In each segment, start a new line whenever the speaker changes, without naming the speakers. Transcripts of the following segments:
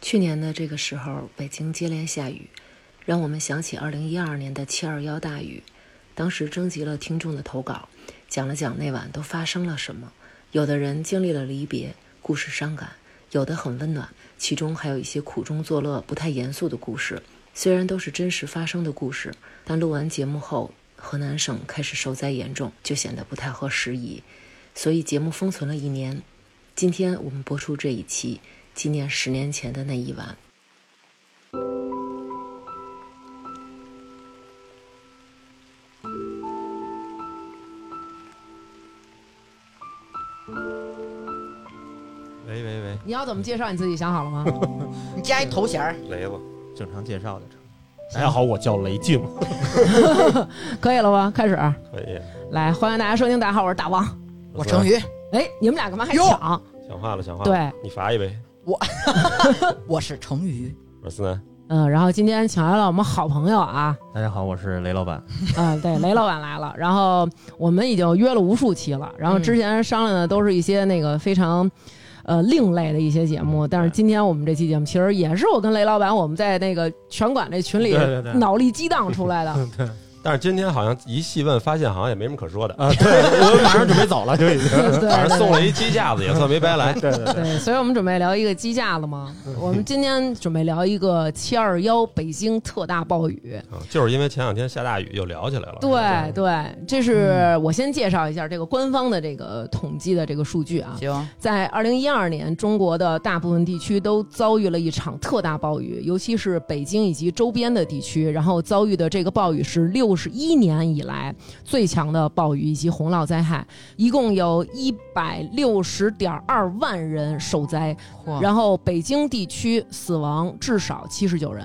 去年的这个时候，北京接连下雨，让我们想起2012年的721大雨。当时征集了听众的投稿，讲了讲那晚都发生了什么。有的人经历了离别，故事伤感；有的很温暖，其中还有一些苦中作乐、不太严肃的故事。虽然都是真实发生的故事，但录完节目后，河南省开始受灾严重，就显得不太合时宜，所以节目封存了一年。今天我们播出这一期，纪念十年前的那一晚。
喂喂喂，
你要怎么介绍你自己？想好了吗？
你加一头衔儿，
雷子，
正常介绍就成。大家好，我叫雷静。
可以了吧？开始，
可以
来，欢迎大家收听。大家好，我是大王。
我成宇，
哎，你们俩干嘛还
哟
抢？
想话了，想话了，
对，
你罚一杯。
我是成宇，
我是思南，
嗯，然后今天请来了我们好朋友 啊，
大家好，我是雷老板。
啊、对，雷老板来了。然后我们已经约了无数期了，然
嗯
后之前商量的都是一些那个非常。呃，另类的一些节目，但是今天我们这期节目其实也是我跟雷老板我们在那个拳馆那群里
对对对
脑力激荡出来的。
但是今天好像一细问，发现好像也没什么可说的，
啊，对，我马上准备走了，就已经。
对对对
反正送了一鸡架子，也算没白来。
对对对，
对，所以我们准备聊一个鸡架子嘛。我们今天准备聊一个七二幺北京特大暴雨。
啊，就是因为前两天下大雨，又聊起来了。
对对，这是我先介绍一下这个官方的这个统计的这个数据啊。
行，
在二零一二年，中国的大部分地区都遭遇了一场特大暴雨，尤其是北京以及周边的地区，然后遭遇的这个暴雨是六十一年以来最强的暴雨以及洪涝灾害，一共有一百六十点二万人受灾，然后北京地区死亡至少七十九人。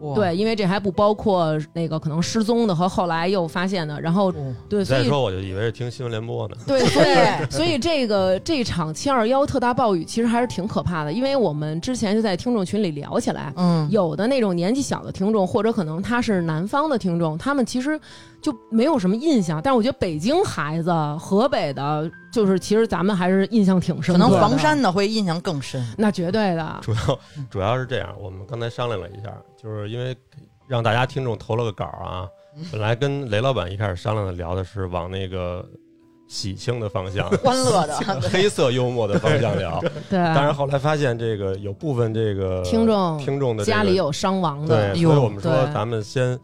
哇，
对，因为这还不包括那个可能失踪的和后来又发现的，然后
哦
对，
你
所
再
以
说我就以为是听新闻联播呢。
对，所以所以这个这场七二幺特大暴雨其实还是挺可怕的，因为我们之前就在听众群里聊起来，
嗯，
有的那种年纪小的听众，或者可能他是南方的听众，他们其实就没有什么印象。但是我觉得北京孩子、河北的，就是其实咱们还是印象挺深
可
刻的。
能房山的会印象更深，。
那绝对的，
主要主要是这样，我们刚才商量了一下，就是因为让大家听众投了个稿啊，本来跟雷老板一开始商量的聊的是往那个喜庆的方 向
欢乐 的，
啊
黑色幽默的方向聊，
对，啊
但是后来发现这个有部分这个
呃
听众
听众的这个
家里有伤亡的，
对，所以
哟
我们说
对
咱们先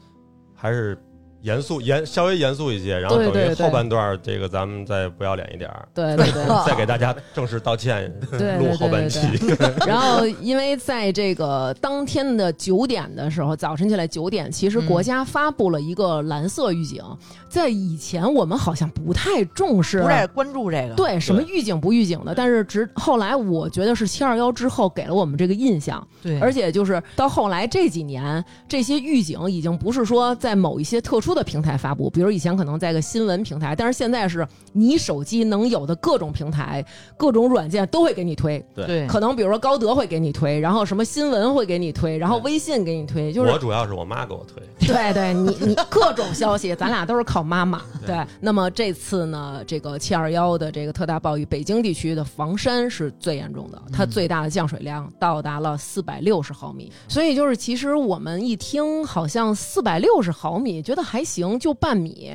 还是严肃严稍微严肃一些，然后
对
等于
对对
后半段儿这个咱们再不要脸一点儿，
对对对。
再给大家正式道 歉，
对
录
对
后半
对
期
对。 然后，因为在这个当天的九点的时候，早晨起来九
嗯
点，其实国家发布了一个蓝色预警。在以前，我们好像不太重视，
不太关注这个，，
对什么预警不预警的。但是直后来，我觉得是七二幺之后给了我们这个印象，
对
而且就是到后来这几年，这些预警已经不是说在某一些特殊的平台发布，比如以前可能在个新闻平台，但是现在是你手机能有的各种平台、各种软件都会给你推。
对，
可能比如说高德会给你推，然后什么新闻会给你推，然后微信给你推，就是
我主要是我妈给我推，
对对，你你各种消息，咱俩都是靠妈妈。对，那么这次呢，这个七二幺的这个特大暴雨，北京地区的房山是最严重的，它最大的降水量到达了四百六十毫米。所以就是，其实我们一听好像四百六十毫米，觉得还行，就半米。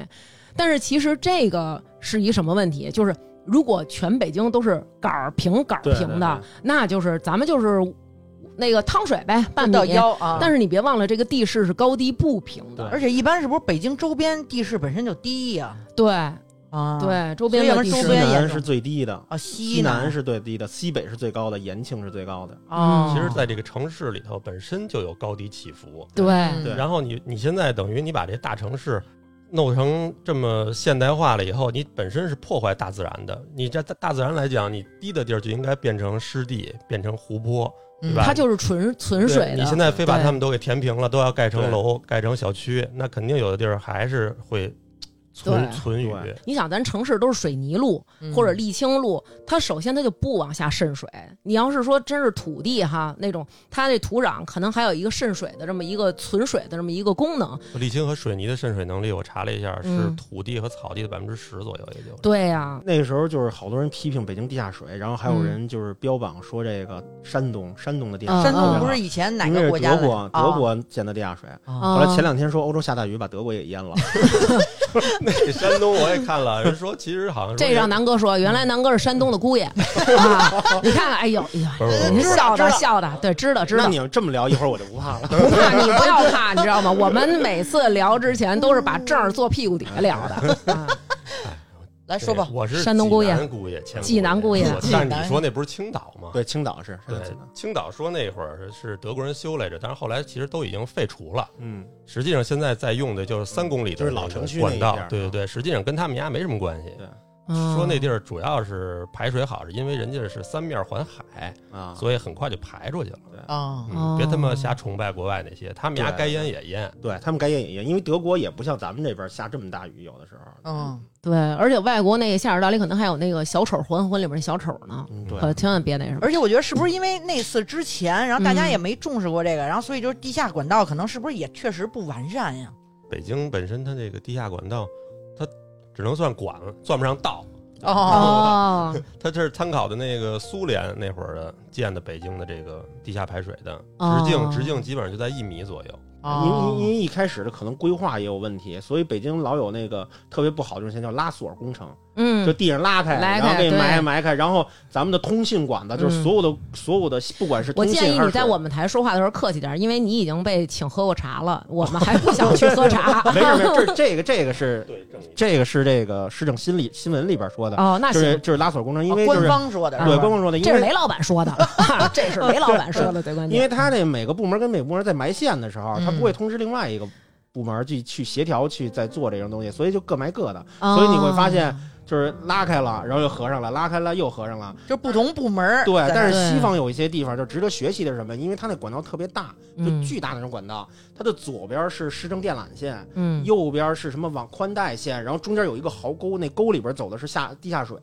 但是其实这个是一什么问题？就是如果全北京都是杆儿平杆儿
对
平的，
对对
那就是咱们就是那个汤水呗，半
不
米
到腰啊，
但是你别忘了，这个地势是高低不平的。
而且一般是不是北京周边地势本身就低呀？
对
啊，
对，周
所以
边
要
的
不
地
然周
西
边
势，
南是最低的，
啊，
西
西
南是最低的，西北是最高的，延庆是最高的。
啊，
其实在这个城市里头本身就有高低起伏，
对
对
然后你你现在等于你把这大城市。弄成这么现代化了以后，你本身是破坏大自然的。你这大大自然来讲，你低的地儿就应该变成湿地，变成湖泊，对
嗯
吧？
它就是纯纯
对
水
你现
的。
在非把
对
他们都给填平了，都要盖成
对
楼、盖成小区，那肯定有的地儿还是会存
对
存雨，
对
你想，咱城市都是水泥路或者沥青路，它首先它就不往下渗水。你要是说真是土地哈那种，它那土壤可能还有一个渗水的这么一个存水的这么一个功能。
沥青和水泥的渗水能力，我查了一下，是
嗯
土地和草地的百分之十左右，也就是。
对呀、
那时候就是好多人批评北京地下水，然后还有
嗯
人就是标榜说这个山东山东的地下
嗯
水，
山
嗯
东不是以前哪
应该
个
是
国家
德
来着？
国
啊
德国建的地下水。
啊
后来前
啊
两天说欧洲下大雨，把德国也淹了。
那山东我也看了，人说其实好像说
这让南哥说，原来南哥是山东的 姑爷啊！你看看，哎呦，哎呦，
不是不是
您
知
笑
道
的
知道
笑的，对，知道知
那
道
你，要这么聊，一会儿我就不 怕了。
不怕你不要怕，你知道吗？我们每次聊之前都是把正儿坐屁股底下聊的，啊
来哎说吧
对，我是
山东姑爷
济南姑爷，前
济南姑爷
我但是你说那不是青岛吗？
对，青岛是是
对
的，青岛，
青岛说那会儿是德国人修来着，但是后来其实都已经废除了。
嗯，
实际上现在在用的就是三公里的
就是老
那个
城区那
管
一
道
片儿，啊
对对对，实际上跟他们家没什么关系。
对嗯
说
嗯
那地儿主要是排水好，是因为人家是三面环海，
啊，
所以很快就排出去了。
啊，
哦
嗯，别他妈瞎崇拜国外那些，他们家
对
该淹也淹。
对他们该淹也淹，因为德国也不像咱们这边下这么大雨，有的时候。
嗯，
对，而且外国那个下水道里可能还有那个小丑还魂里边那小丑呢，
嗯，对，
可千万别那什么。
而且我觉得是不是因为那次之前，然后大家也没重视过这个，然后所以就是地下管道可能是不是也确实不完善呀？
北京本身它这个地下管道，它只能算管，算不上道。
哦，
哦
它这是参考的那个苏联那会儿的建的北京的这个地下排水的
哦
直径，直径基本上就在一米左右。
因因因为一开始的可能规划也有问题，所以北京老有那个特别不好的现象叫拉锁工程，就
嗯，
地上拉开，
拉
然后
开
给你
对
埋埋开，然后咱们的通信管子就是
嗯
所有的所有的，不管是
我
通信
建议你
还是
在
水
我们台说话的时候客气点，因为你已经被请喝过茶了，我们还不想去喝
。
茶
没事没事，这这个这个是
对，正
这个是这个市政新里新闻里边说的，
哦，那
就
行
是，就是拉锁工程，因为就
官
是
方说的，
啊
对官方说的，因
这是雷
为
老板 说的，哈这是雷老板说的，最关
因
键。
为他这每个部门跟每个部门在埋线的时候，他
嗯
不会通知另外一个部门去去协调去再做这种东西，所以就各埋各的，
哦
所以你会发现就是拉开了，然后又合上了，拉开了又合上了。
就是不同部门儿
对，
在那
但
儿
是西方有一些地方就值得学习的是什么？因为它那管道特别大，就
嗯
巨大那种管道，它的左边是市政电缆线，
嗯，
右边是什么网宽带线，然后中间有一个壕沟，那沟里边走的是下地下水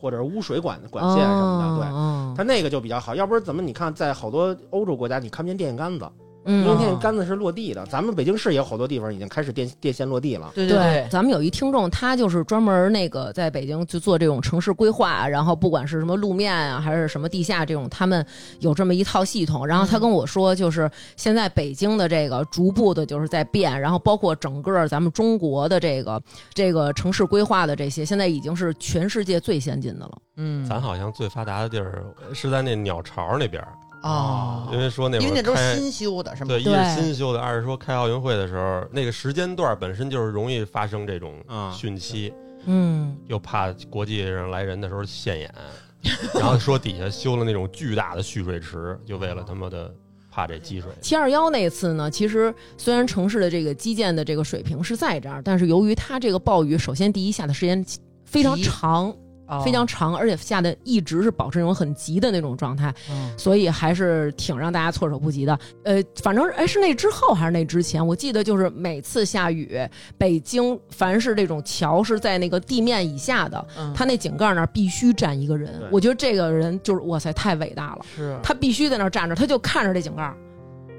或者是污水管管线什么的。对，
么
它那个就比较好，要不然怎么你看在好多欧洲国家你看不见电线杆子，
对，
因
嗯
为电线杆子是落地的。咱们北京市也有好多地方已经开始电电线落地了。
对
对
对，，
咱们有一听众，他就是专门那个在北京就做这种城市规划，然后不管是什么路面啊，还是什么地下这种，他们有这么一套系统。然后他跟我说，就是现在北京的这个逐步的就是在变，然后包括整个咱们中国的这个这个城市规划的这些，现在已经是全世界最先进的了。
嗯
咱好像最发达的地儿是在那鸟巢那边儿，
哦
因为说那会
因为那
儿
都
开
是新修的，是吗？
对，一
对
是新修的，二是说开奥运会的时候那个时间段本身就是容易发生这种
啊
汛期，
嗯，
又怕国际上来人的时候现眼， 然后说底下修了那种巨大的蓄水池，就为了他妈的怕这 积水。
七二幺那次呢，其实虽然城市的这个基建的这个水平是在这儿，但是由于它这个暴雨，首先第一下的时间非常
急
长，
哦
非常长，而且下的一直是保持那种很急的那种状态，
嗯
所以还是挺让大家措手不及的。呃，反正哎，是那之后还是那之前，我记得就是每次下雨，北京凡是这种桥是在那个地面以下的，
嗯
它那井盖那儿必须站一个人
对。
我觉得这个人就是哇塞，太伟大了，
是
他必须在那儿站着，他就看着这井盖儿，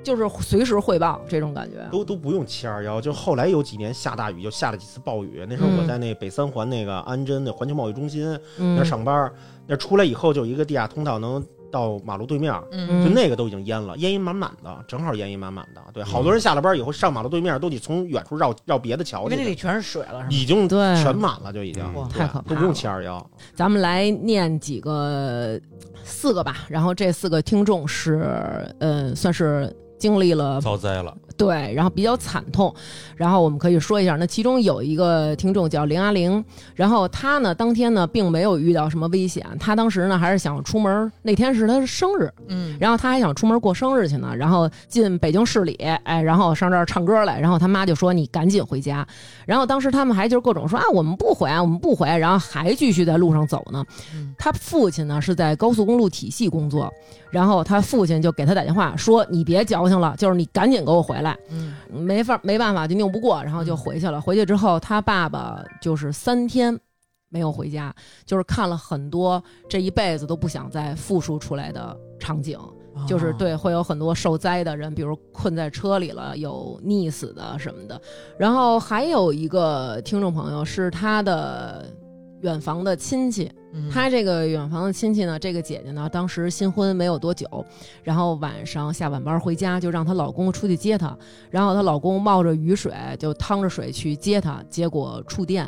就是随时汇报这种感觉。
都都不用七二幺，就后来有几年下大雨，就下了几次暴雨。那时候我在那北三环那个安贞那环球贸易中心那
嗯
儿，上班儿，那出来以后就有一个地下通道能到马路对面儿，
嗯
就
嗯
那个都已经淹了，淹一满满的，正好淹一满满的。对，好多人下了班以后上马路对面都得从远处绕绕别的桥
因为那里
去，
全是水了，是吗？
已经
对
全满了，就已经
嗯
对
太可怕了
都不用七二幺。
咱们来念几个呃四个吧，然后这四个听众是呃，算是经历了
遭灾了，
对，然后比较惨痛，然后我们可以说一下，那其中有一个听众叫林阿玲，然后她呢当天呢并没有遇到什么危险，她当时呢还是想出门，那天是她生日，
嗯，
然后她还想出门过生日去呢，然后进北京市里，哎，然后上这儿唱歌来，然后她妈就说你赶紧回家，然后当时他们还就是各种说啊我们不回啊我们不回，然后还继续在路上走呢。
嗯
她父亲呢是在高速公路体系工作，然后她父亲就给她打电话说你别矫矫情了，就是你赶紧给我回来。
嗯，
没法没办法就拗不过，然后就回去了。回去之后，他爸爸就是三天没有回家，就是看了很多这一辈子都不想再复述出来的场景，
哦
就是对会有很多受灾的人，比如困在车里了，有溺死的什么的。然后还有一个听众朋友是他的远房的亲戚，
嗯，
她这个远房的亲戚呢，这个姐姐呢，当时新婚没有多久，然后晚上下晚班回家，就让她老公出去接她，然后她老公冒着雨水就趟着水去接她，结果触电。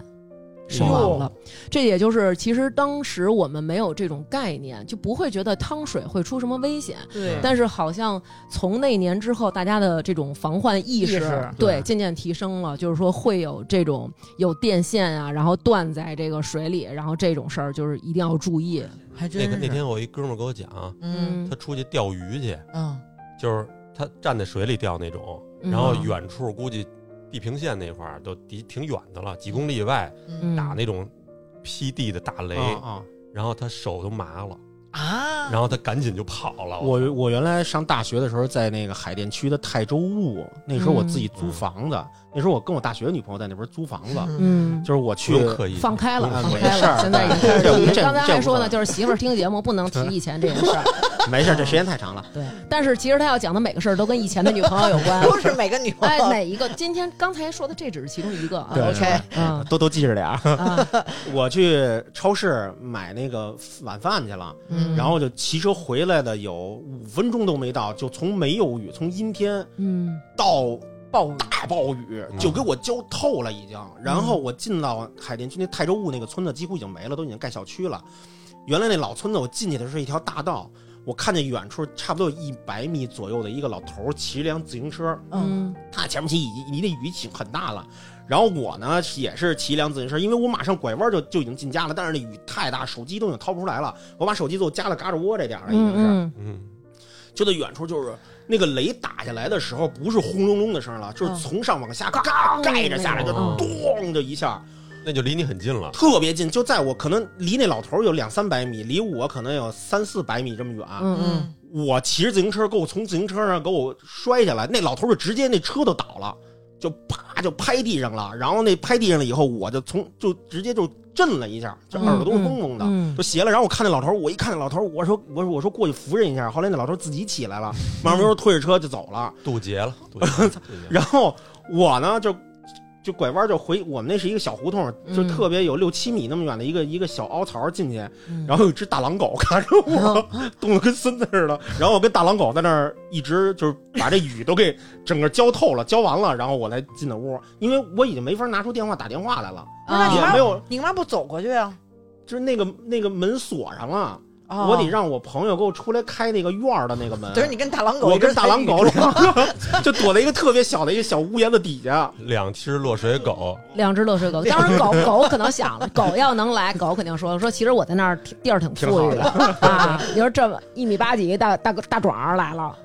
身亡
啊
了，这也就是其实当时我们没有这种概念，就不会觉得趟水会出什么危险。
对，
但是好像从那年之后，大家的这种防患意识
意识
对
对
渐渐提升了，就是说会有这种有电线啊，然后断在这个水里，然后这种事儿就是一定要注意。
还真
那
是
个那天我一哥们儿给我讲，
嗯
他出去钓鱼去，
嗯，
就是他站在水里钓那种，
嗯，
然后远处估计地平线那块儿都离挺远的了，几公里以外
嗯
打那种劈地的大雷，
啊
然后他手都麻了，
啊，
然后他赶紧就跑了。
啊！我我原来上大学的时候，在那个海淀区的泰州路，那时候我自己租房子，那时候我跟我大学女朋友在那边租房子，
嗯，
就是我
去
去
刻意
放开了，
嗯
放
没
开
事
了，
儿
现在已经
这
开始。
这
刚才还说呢，就
这
是媳妇儿听节目不能提以前这件事儿，
没事，这时间太长了。
对。但是其实他要讲的每个事儿都跟以前的女朋友有 关。
都是每个 女朋
哎，
友，
哪一个？今天刚才说的这只是其中一个啊。
对
OK
嗯
都都记着点儿。
啊，
我去超市买那个晚饭去了，
嗯
然后就骑车回来的有五分钟都没到，就从没有雨，从阴天
嗯
到
暴雨，
大暴雨，
嗯
就给我浇透了已经。然后我进到海淀区那泰州坞那个村子，几乎已经没了，都已经盖小区了。原来那老村子，我进去的时候是一条大道，我看见远处差不多有一百米左右的一个老头儿骑着辆自行车，
嗯
嗯
他前面骑已离那雨已经很大了，然后我呢也是骑一辆自行车，因为我马上拐弯就就已经进家了，但是那雨太大，手机都已经掏不出来了，我把手机都夹到胳肢窝这点儿了，已经是。
嗯
嗯，
就在远处就是那个雷打下来的时候，不是轰隆隆的声
嗯
了，就是从上往下嘎盖着下来，就
嗯
咚就一下，
那就离你很近 了。
特别近，就在我可能离那老头有两三百米，离我可能有三四百米这么远。
嗯嗯，
我骑着自行车给我从自行车上给我摔下来，那老头就直接那车都倒了，就啪就拍地上了，然后那拍地上了以后，我就从就直接就震了一下，就耳朵都嗡嗡的。
嗯
就斜了，然后我看那老头儿，我一看那老头儿，我说我说我说过去扶人一下，后来那老头儿自己起来了，慢慢悠悠推着车就走了。
渡劫了，渡劫了渡劫了
然后我呢就就拐弯就回我们那是一个小胡同，就
嗯
特别有六七米那么远的一个一个小凹槽进去，
嗯
然后有一只大狼狗看着
哦
我，冻得跟孙子似的。然后我跟大狼狗在那儿一直就是把这雨都给整个浇透了，浇完了，然后我才进的屋，因为我已经没法拿出电话打电话来了，
不是那你
也
妈
没有
你干嘛不走过去啊？
就是那个那个门锁上了。
哦
我得，让我朋友给我出来开那个院儿的那个门。
等于你跟大狼狗，
我跟大狼狗，两个 就躲在一个特别小的一个小屋檐子底下。
两只落水狗，
两只乐水狗，当然狗狗可能想了， 狗要能来，狗肯定说说，其实我在那儿挺地儿挺富裕的啊。你说这么一米八几大大大壮儿来了，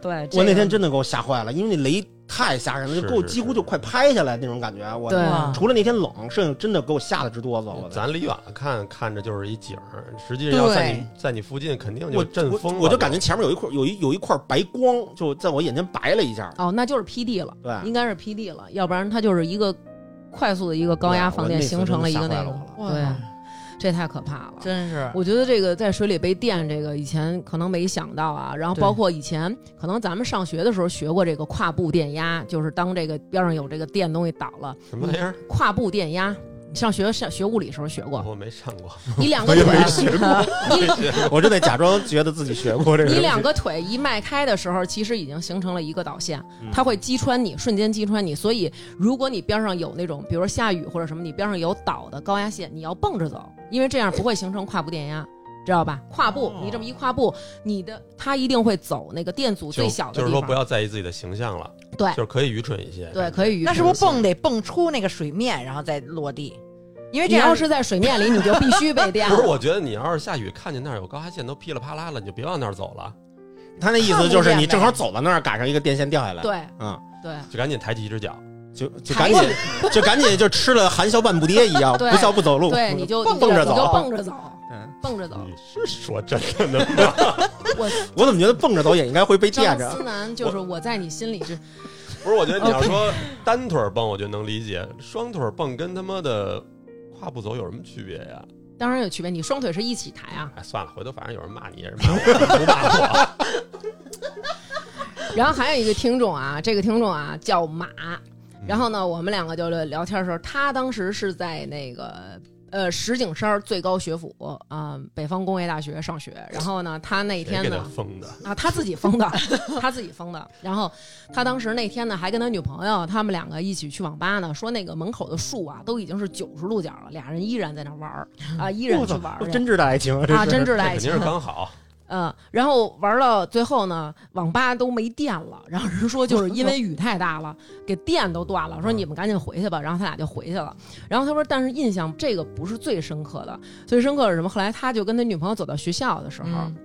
对，这
我那
个
天真的给我吓坏了，因为那雷太吓人了，
是
就给我
是
几乎
是
就快拍下来那种感觉。我
对
哇
除了那天冷，剩下真的给我吓得直哆嗦。我
咱离远了看看着就是一景儿，实际要在你在你附近肯定就
我
震
我
疯了
我就感觉前面有一块有一有一块白光，就在我眼前白了一下。
哦，那就是 P D 了，
对，
应该是 P D 了，要不然它就是一个快速的一个高压放电，
对我那次
形成了一个
真的
那
吓坏
个
我
了，
对，这太可怕了，
啊真是
我觉得这个在水里被电，这个以前可能没想到啊。然后
对
包括以前可能咱们上学的时候学过这个跨步电压，就是当这个边上有这个电东西倒了，
什么玩意儿，
跨步电压。你上学上学物理时候学 过，
我没上过，
你两个
我也
腿
没学，
你
我正在假装觉得自己学过这 个。
你两个腿一迈开的时候，其实已经形成了一个导线，
嗯
它会击穿你，瞬间击穿你。所以如果你边上有那种，比如说下雨或者什么，你边上有导的高压线，你要蹦着走，因为这样不会形成跨步电压。知道吧？跨步，
哦
你这么一跨步，你的它一定会走那个电阻
就
最小的地
就
方。
是说不要在意自己的形象了，
对
就是可以愚蠢一些，
对，可以。
那是不是蹦？得蹦出那个水面，然后再落地？因为
你
这
要
样
是在水面里，你就必须被电
不
了。
是，我觉得你要是下雨看见那儿有高压线都噼里啪啦了，你就别往那儿走了，
他那意思就是你正好走到那儿，赶上一个电线掉下来。，
对
嗯，
对，
就赶紧抬起一只脚。
就就
还
赶紧就赶紧就吃了含笑半步跌一 样，
对
不笑不走路。
对，你就
蹦
你
蹦着
你就
走。
蹦着走。
嗯，
蹦着走。
你是说真的呢吗？
我
我怎么觉得蹦着走也应该会被架
张
着
思？南就是我在你心里是
不是，我觉得你 要说单腿儿蹦，我觉得能理解，双腿儿蹦跟他妈的跨步走有什么区别呀？
当然有区别，你双腿是一起抬啊。
哎，算了，回头反正有人骂你，也是骂我，不 骂我。
然后还有一个听众啊，这个听众啊叫马，
嗯
然后呢，我们两个就聊天的时候，他当时是在那个呃石景山最高学府啊、北方工业大学上学，然后呢，他那
谁
天
给
呢
他封的？
啊，他自己封的， 他自己封的。然后他当时那天呢，还跟他女朋友他们两个一起去网吧呢，说那个门口的树啊都已经是九十度角了，俩人依然在那玩儿啊，依然去玩儿
真挚的爱情
啊，真挚的
这
爱
肯定
情
哦是。刚 好，
嗯，然后玩到最后呢，网吧都没电了，然后人说就是因为雨太大了，给电都断了，说你们赶紧回去吧。然后他俩就回去了。然后他说，但是印象这个不是最深刻的，最深刻是什么？后来他就跟他女朋友走到学校的时候。
嗯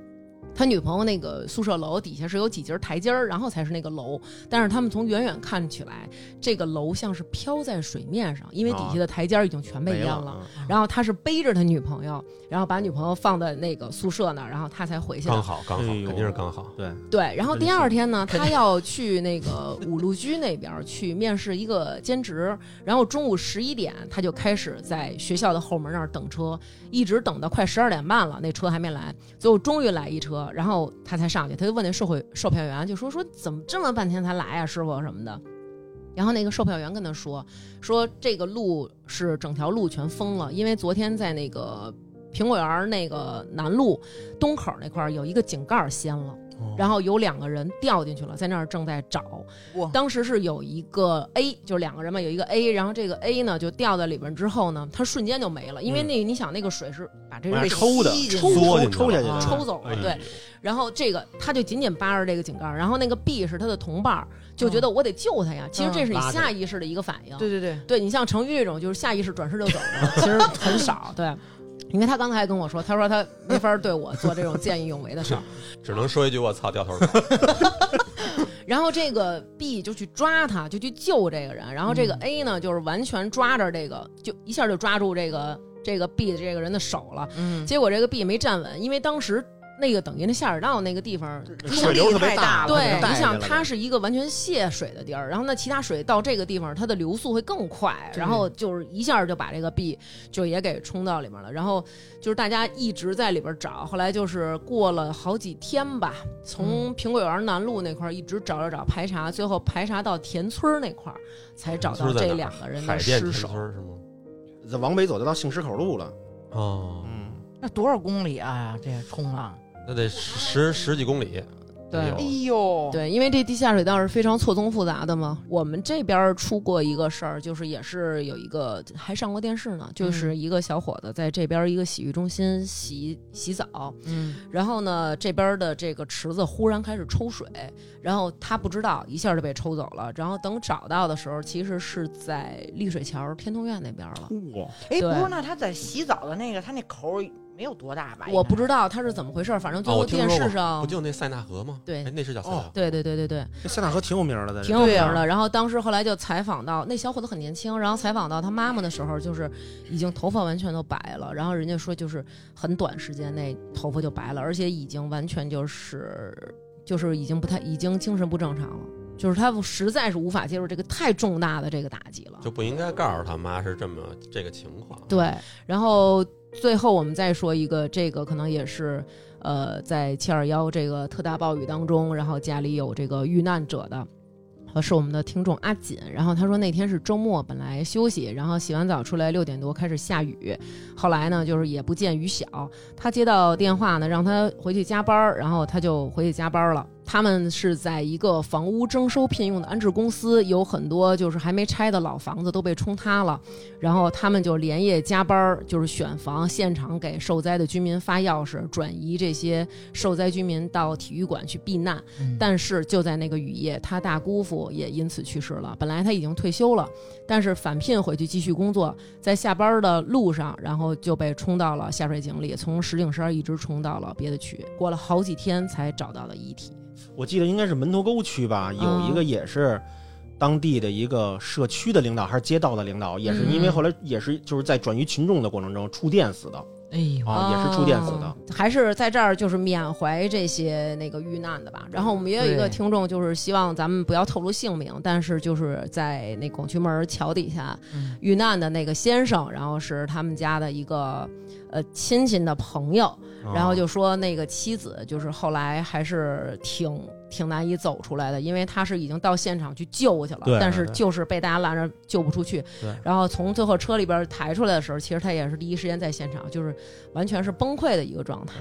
他女朋友那个宿舍楼底下是有几节台阶儿，然后才是那个楼。但是他们从远远看起来，这个楼像是飘在水面上，因为底下的台阶儿已经全被淹了。
了。啊
然后他是背着他女朋友，然后把女朋友放在那个宿舍那儿，然后他才回去的
刚。好，刚好，
哎呦
肯定是刚好。
对，
对，然后
那就
第二天呢，他要去那个五路居那边儿去面试一个兼职，然后中午十一点他就开始在学校的后门那儿等车，一直等到快十二点半了，那车还没来，最后终于来一车，然后他才上去，他就问那售会售票员，就说说怎么这么半天才来呀、师傅什么的。然后那个售票员跟他说，说这个路是整条路全封了，因为昨天在那个苹果园儿那个南路东口那块儿有一个井盖儿掀了。然后有两个人掉进去了，在那儿正在找。
哇
当时是有一个 A，就是两个人嘛，有一个 A，然后这个 A 呢就掉在里边之后呢，他瞬间就没了，因为那、你想那个水是把这人
往
给
下啊抽的
吸进去啊
抽
缩进
抽
去
下
了
去的，
抽走
哎
了，对。，然后这个他就紧紧扒着这个井盖儿，然后那个 B 是他的同伴儿，就觉得我得救他呀。其实这是你
拉着
下意识的一个反应，
对对对，
对你像程昱这种就是下意识转身就走的，其实很少。对，因为他刚才还跟我说，他说他没法对我做这种见义勇为的事儿。
只能说一句我操，掉头儿走。
然后这个 B 就去抓他，就去救这个人。然后这个 A 呢，就是完全抓着这个，就一下就抓住这个这个 B 的这个人的手了。
嗯，
结果这个 B 没站稳，因为当时那个等于那下水道那个地方
嗯水流特别大，
对，你想它
他
是一个完全泄水的地儿，然后那其他水到这个地方，它的流速会更快，
对
然后就是一下就把这个壁就也给冲到里面了。然后就是大家一直在里边找，后来就是过了好几天吧，
嗯
从苹果园南路那块儿一直找找找排查，最后排查到田村儿那块儿才找
村
到
儿在哪
这
儿
两个人
海
的
淀
尸
田
首
村。儿是吗？
往北走就到杏石口路了。
哦，
嗯，
那多少公里啊？这冲啊！
那得十十几公里。
对
哎呦
哎呦，
对，因为这地下水道是非常错综复杂的嘛。我们这边儿出过一个事儿，就是也是有一个还上过电视
嗯
呢，就是一个小伙子在这边儿一个洗浴中心洗洗澡，
嗯，
然后呢这边儿的这个池子忽然开始抽水，然后他不知道，一下就被抽走了。然后等找到的时候，其实是在丽水桥天通苑那边儿了。
哇，
哎，
对
不是，那他在洗澡的那个，他那口儿没有多大吧？
我不知道他是怎么回事儿，反正最
哦嗯
后
我听
电
说
视
过
上，
不就那塞纳河吗？
对
哎那是叫塞纳河。
对对对对对。
这塞纳河挺有名的，在啊
挺有名儿的。然后当时后来就采访到那小伙子很年轻，然后采访到他妈妈的时候，就是已经头发完全都白了。然后人家说就是很短时间内头发就白了，而且已经完全就是就是已经不太已经精神不正常了，就是他实在是无法接受这个太重大的这个打击了。
就不应该告诉他妈是这么这个情况。
哦对，然后最后我们再说一个，这个可能也是呃，在七二幺这个特大暴雨当中，然后家里有这个遇难者的。呃，是我们的听众阿锦，然后他说那天是周末，本来休息，然后洗完澡出来六点多开始下雨，后来呢就是也不见雨小，他接到电话呢让他回去加班儿，然后他就回去加班儿了。他们是在一个房屋征收聘用的安置公司，有很多就是还没拆的老房子都被冲塌了，然后他们就连夜加班儿，就是选房，现场给受灾的居民发钥匙，转移这些受灾居民到体育馆去避难。但是就在那个雨夜，他大姑父也因此去世了。本来他已经退休了，但是返聘回去继续工作，在下班的路上，然后就被冲到了下水井里，从石景山一直冲到了别的区，过了好几天才找到的遗体。
我记得应该是门头沟区吧，有一
嗯
个也是当地的一个社
嗯
区的领导还是街道的领导，也是因为后来也是就是在转移群众的过程中触电死的。
哎呦
啊也是住店死的
哦还是在这儿就是缅怀这些那个遇难的吧。然后我们也有一
对
个听众，就是希望咱们不要透露姓名，但是就是在那广渠门桥底下
嗯
遇难的那个先生，然后是他们家的一个呃亲戚的朋友，
啊
然后就说那个妻子就是后来还是挺挺难以走出来的，因为他是已经到现场去救去了
对，
但是
对
就是被大家拦着救不出去
对。
然后从最后车里边抬出来的时候，其实他也是第一时间在现场，就是完全是崩溃的一个状态，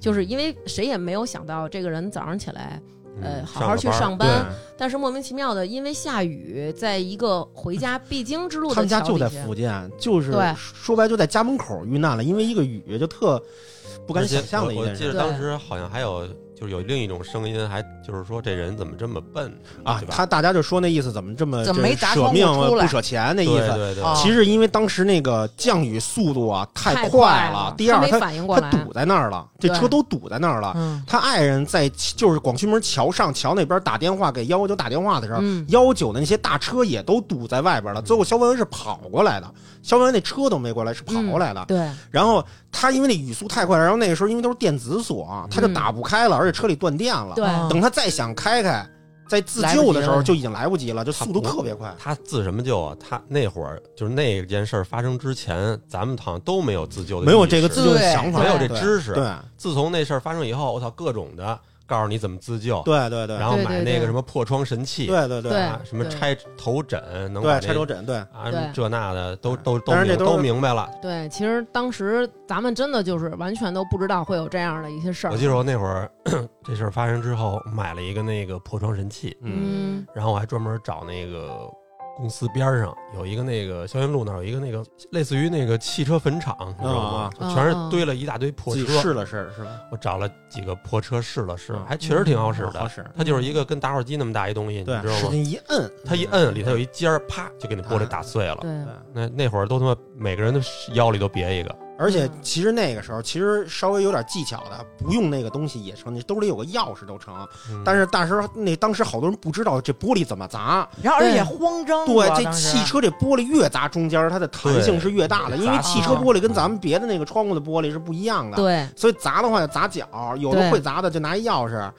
就是因为谁也没有想到这个人早上起来，
嗯
嗯
呃，好好去上班，
对，
但是莫名其妙的因为下雨，在一个回家必经之路
他
的
们家
桥
就
底
在
下。
福建，就是
对
说白就在家门口遇难了，因为一个雨就特不敢想象的一
我我
件
记得
事
对
当时好像还有就是有另一种声音，还就是说这人怎么这么笨
啊
对。吧
他大家就说那意思怎么这么
怎么没
这
砸
舍
窗户
命啊
出来
不舍钱
对
那意思，
对对，
啊
哦
其实因为当时那个降雨速度啊
太
快
了，
第二
他没
他
反应过
他
来，
堵在那儿了，这
对
车都堵在那儿了。
嗯，
他爱人在就是广渠门桥上桥那边打电话给幺幺九打电话的时候，
嗯，
幺九的那些大车也都堵在外边了。最后肖文文是跑过来的，肖文文那车都没过来，是
嗯
跑过来的。
对，
然后他因为那语速太快，然后那个时候因为都是电子锁啊，他就
嗯
打不开了，而且车里断电了。
对
嗯
等他再想开开，在自
来不
救
及
的时候
了
就已经来不及了，就速度特别快。
他自什么救啊？他那会儿就是那件事儿发生之前，咱们好像都没有自救的，
没有这个自救的
对
想法，
没有这
对
知识。哦
对
自从那事儿发生以后，我操，各种的告诉你怎么自救，
对对对，
然后
对
买
对
那
对
个什么破窗神器，
对对对
啊，什么
对
拆头枕，能把
对拆手枕，对
啊，
对
这那的都
对
都都
但是这
明
都是
都明白了。
对，其实当时咱们真的就是完全都不知道会有这样的一些事儿。
我记得我那会儿这事儿发生之后，买了一个那个破窗神器，
嗯，
然后我还专门找那个公司边儿上有一个那个霄云路那儿有一个那个类似于那个汽车坟场，你知道吗？
啊啊
嗯
就全是堆了一大堆破
自己
车，
试了试是吧？
我找了几个破车试了试
嗯，
还确实挺好使
好
的。
使，
它就是一个跟打火机那么大一东西，你
对
知，道
使
吗？
劲一摁，
它一摁里头有一尖儿，啪就给你玻
嗯
璃打碎了。
对
对。
那那会儿都他妈每个人的腰里都别一个，
而且其实那个时候，其实稍微有点技巧的，不用那个东西也成，你兜里有个钥匙都成。
嗯
但是大时候那当时好多人不知道这玻璃怎么砸，
然后而
对
且慌
哦
张，
啊
对，这
当时
汽车这玻璃越砸中间，它的弹性是越大的，
对
因为
砸
汽车玻璃跟咱们别的那个窗户的玻璃是不一样的，
嗯对
所以砸的话要砸角，有的
对
会砸的就拿一钥匙，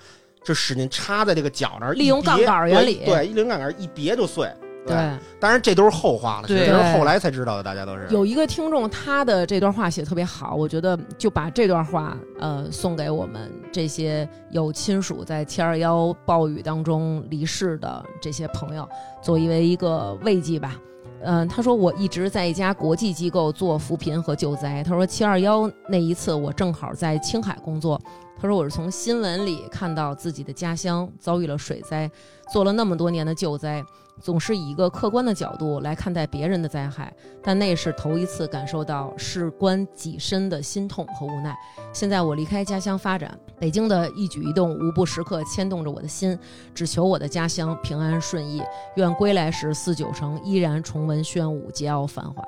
就使劲插在这个角那儿，
利用
一别
杠杆原理
对，一利用杠杆一别就碎，对
对，
当然这都是后话了，
对
这都是后来才知道的，大家都是。
有一个听众，他的这段话写得特别好，我觉得就把这段话呃送给我们这些有亲属在七二幺暴雨当中离世的这些朋友，作为一个慰藉吧。嗯、他说我一直在一家国际机构做扶贫和救灾。他说七二幺那一次我正好在青海工作。他说我是从新闻里看到自己的家乡遭遇了水灾，做了那么多年的救灾，总是以一个客观的角度来看待别人的灾害。但那是头一次感受到事关己身的心痛和无奈。现在我离开家乡发展，北京的一举一动无不时刻牵动着我的心，只求我的家乡平安顺意，愿归来时四九城依然重温宣武桀骜繁华。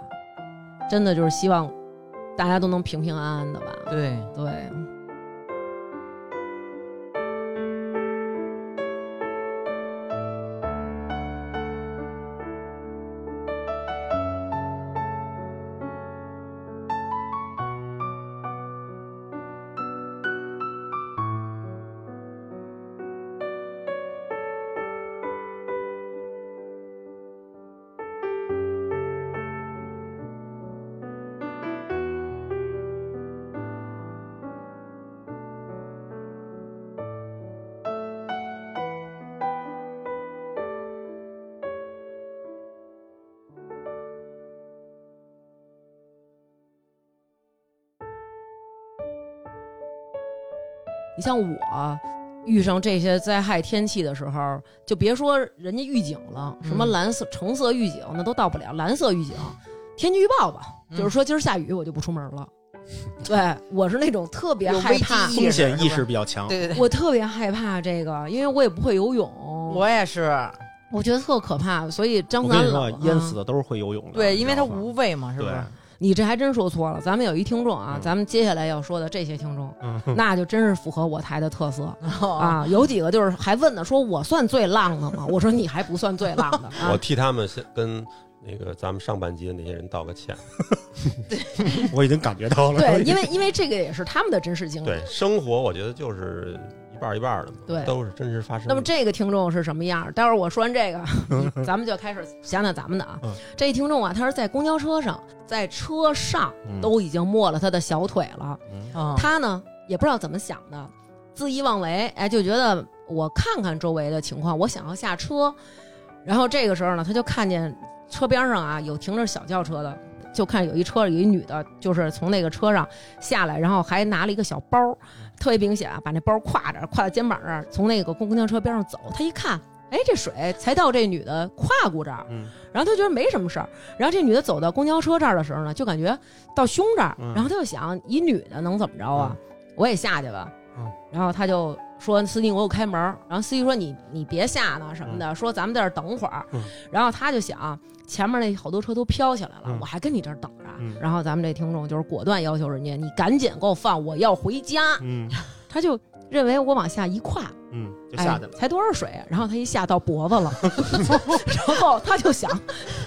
真的就是希望大家都能平平安安的吧。
对，
对，你像我遇上这些灾害天气的时候，就别说人家预警了，什么
嗯
蓝色、橙色预警那都到不了，蓝色预警，天气预报吧，
嗯
就是说今儿下雨我就不出门了。对我是那种特别
有
害
危机
怕，
风险意
意识
识
是吧
比较强，
对对对，
我特别害怕这个，因为我也不会游泳，
我嗯也是，
我觉得特可怕。所以张
我跟
三
你
老
说，淹死
啊
的都是会游泳的。
对，因为它
你知道吧
无畏嘛，是不是？
对
你这还真说错了。咱们有一听众啊，
嗯
咱们接下来要说的这些听众，
嗯
那就真是符合我台的特色。
哦
啊，有几个就是还问呢，说我算最浪的吗？我说你还不算最浪的啊
我。替他们先跟那个咱们上半集的那些人道个歉。
我已经感觉到了。
对，因为因为这个也是他们的真实经历。
对，生活我觉得就是一半儿一半儿的嘛，
嗯对
都是真实发生的。
那么这个听众是什么样儿？待会儿我说完这个，咱们就开始想想咱们的啊
嗯。
这一听众啊，他是在公交车上，在车上
嗯
都已经没了他的小腿了。
啊，
他呢也不知道怎么想的，恣意妄为，哎，就觉得我看看周围的情况，我想要下车。然后这个时候呢，他就看见车边上啊有停着小轿车的，就看有一车有一女的，就是从那个车上下来，然后还拿了一个小包，特别明显啊，把那包挎着，挎在肩膀这儿，从那个公公交车边上走。他一看，哎，这水才到这女的胯骨这儿，
嗯
然后他觉得没什么事儿。然后这女的走到公交车这儿的时候呢，就感觉到胸这儿，
嗯
然后他就想，一女的能怎么着啊？我也下去吧。
嗯
然后他就说：“司机，我给我开门儿。”然后司机说：“你你别下呢，什么的，说咱们在这儿等会儿。
嗯
然后他就想，前面那好多车都飘起来了，
嗯
我还跟你这儿等着。
嗯
然后咱们这听众就是果断要求人家：“你赶紧给我放，我要回家。
嗯
他就认为我往下一跨，
嗯，就下去了。
哎，才多少水啊？然后他一下到脖子 了， 然后他就想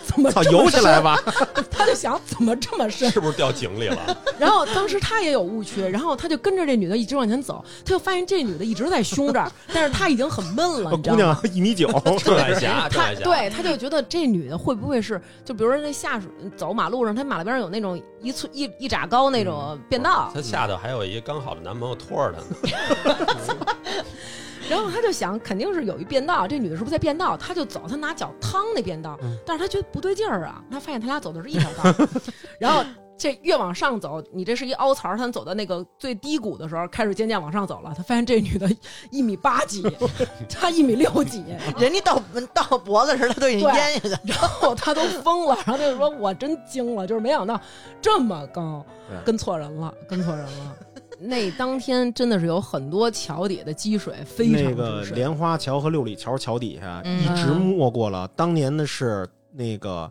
怎么
操，
这么
游起来 吧！
深，他就想怎么这么 深。
是不是掉井里了？
然后当时他也有误区，然后他就跟着这女的一直往前走，他就发现这女的一直在胸这儿，但是他已经很闷了，你知
哦姑
道吗？
娘一 米九，
郑海霞，郑
他
海霞，
对，他就觉得这女的会不会是，就比如说那下水走马路上，他马路边上有那种一寸一一拃高那
嗯
种便道，
她下头还有一个刚好的男朋友托着她呢。
然后他就想，肯定是有一变道，这女的是不是在变道？他就走，他拿脚趟那变道，
嗯
但是他觉得不对劲 儿啊，他发现他俩走的是一条道， 然后这越往上走，你这是一凹槽，他们走到那个最低谷的时候，开始渐渐往上走了，他发现这女的一米八 几，她一米六几，
人家到到脖子时候他都已经
对
淹下去了，
然后他都疯了，然后他就说：“我真惊了，就是没想到这么高，
对
跟错人了，跟错人了。”那当天真的是有很多桥底的积水，非常
那
之
个
深。
莲花桥和六里桥桥底下
嗯
一直没过了。当年的是那个，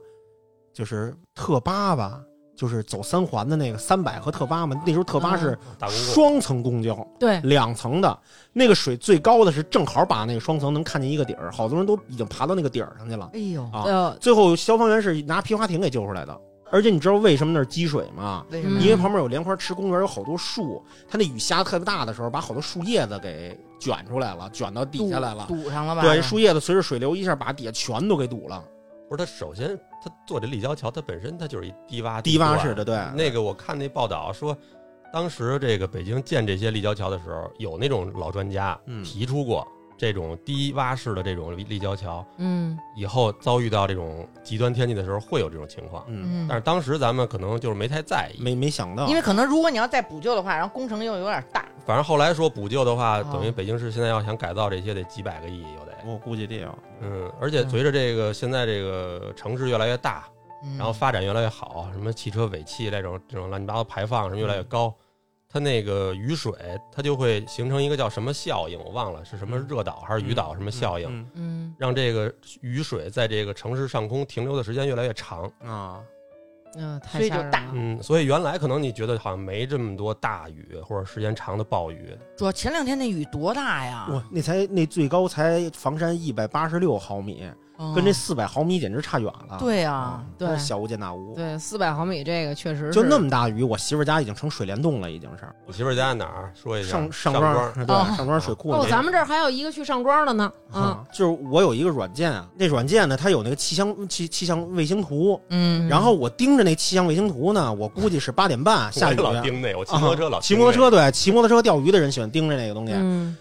就是特八吧，就是走三环的那个三百和特八嘛。那时候特八是
大公公，
双层公交，
对，
两层的，那个水最高的是正好把那个双层能看见一个底儿，好多人都已经爬到那个底儿上去了。
哎呦，
啊
呃，
最后消防员是拿皮划艇给救出来的。而且你知道为什么那儿积水吗？
为什么
因为
呀？
旁边有莲花池公园，有好多树，它那雨下得特别大的时候，把好多树叶子给卷出来了，卷到底下来了。
堵上了吧？
对，树叶子随着水流一下把底下全都给堵了，
不是她首先她做这立交桥，她本身她就是一低洼
低洼
段
式的，对，
那个我看那报道说，当时这个北京建这些立交桥的时候，有那种老专家
嗯
提出过这种低洼式的这种立立交桥，
嗯，
以后遭遇到这种极端天气的时候会有这种情况。
嗯，
嗯
但，是当时咱们可能就是没太在意，
没没想到，
因为可能如果你要再补救的话，然后工程又有点大，
反正后来说补救的话，
哦
等于北京市现在要想改造这些得几百个亿又得，
我估计得有，
嗯，而且随着这个现在这个城市越来越大，
嗯
然后发展越来越好，什么汽车尾气这种这种乱七八糟排放什么越来越高，
嗯
它那个雨水它就会形成一个叫什么效应，我忘了是什么热岛还是雨岛什么效应，
嗯
嗯
让这个雨水在这个城市上空停留的时间越来越长。
啊，
嗯，太
所以
吓
就
人
大
了
嗯，所以原来可能你觉得好像没这么多大雨或者时间长的暴雨，
主要前两天那雨多大呀？
嗯哇，那才那最高才房山一百八十六毫米，
嗯
跟这四百毫米简直差远了。
对呀
啊，，
对
那小巫见大巫，
对，四百毫米这个确实
就那
么
么大雨，我媳妇儿家已经成水帘洞了，已经是
我媳妇儿家在哪儿？说一下。
上
上
庄，对，
哦
上庄水库
哦，
那
咱们这儿还有一个去上庄的呢，
嗯
啊，
啊，就是我有一个软件啊，那软件呢，它有那个气象气气象卫星图，
嗯，
然后我盯着那气象卫星图呢，我估计是八点半
下
下
雨
雨，
老盯那，我骑摩托车老
啊骑
盯
摩托
那
车，对，骑摩托车钓鱼的人喜欢盯着那个东西。
嗯，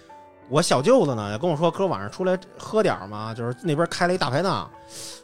我小舅子呢跟我说，哥晚上出来喝点儿嘛，就是那边开了一大排档，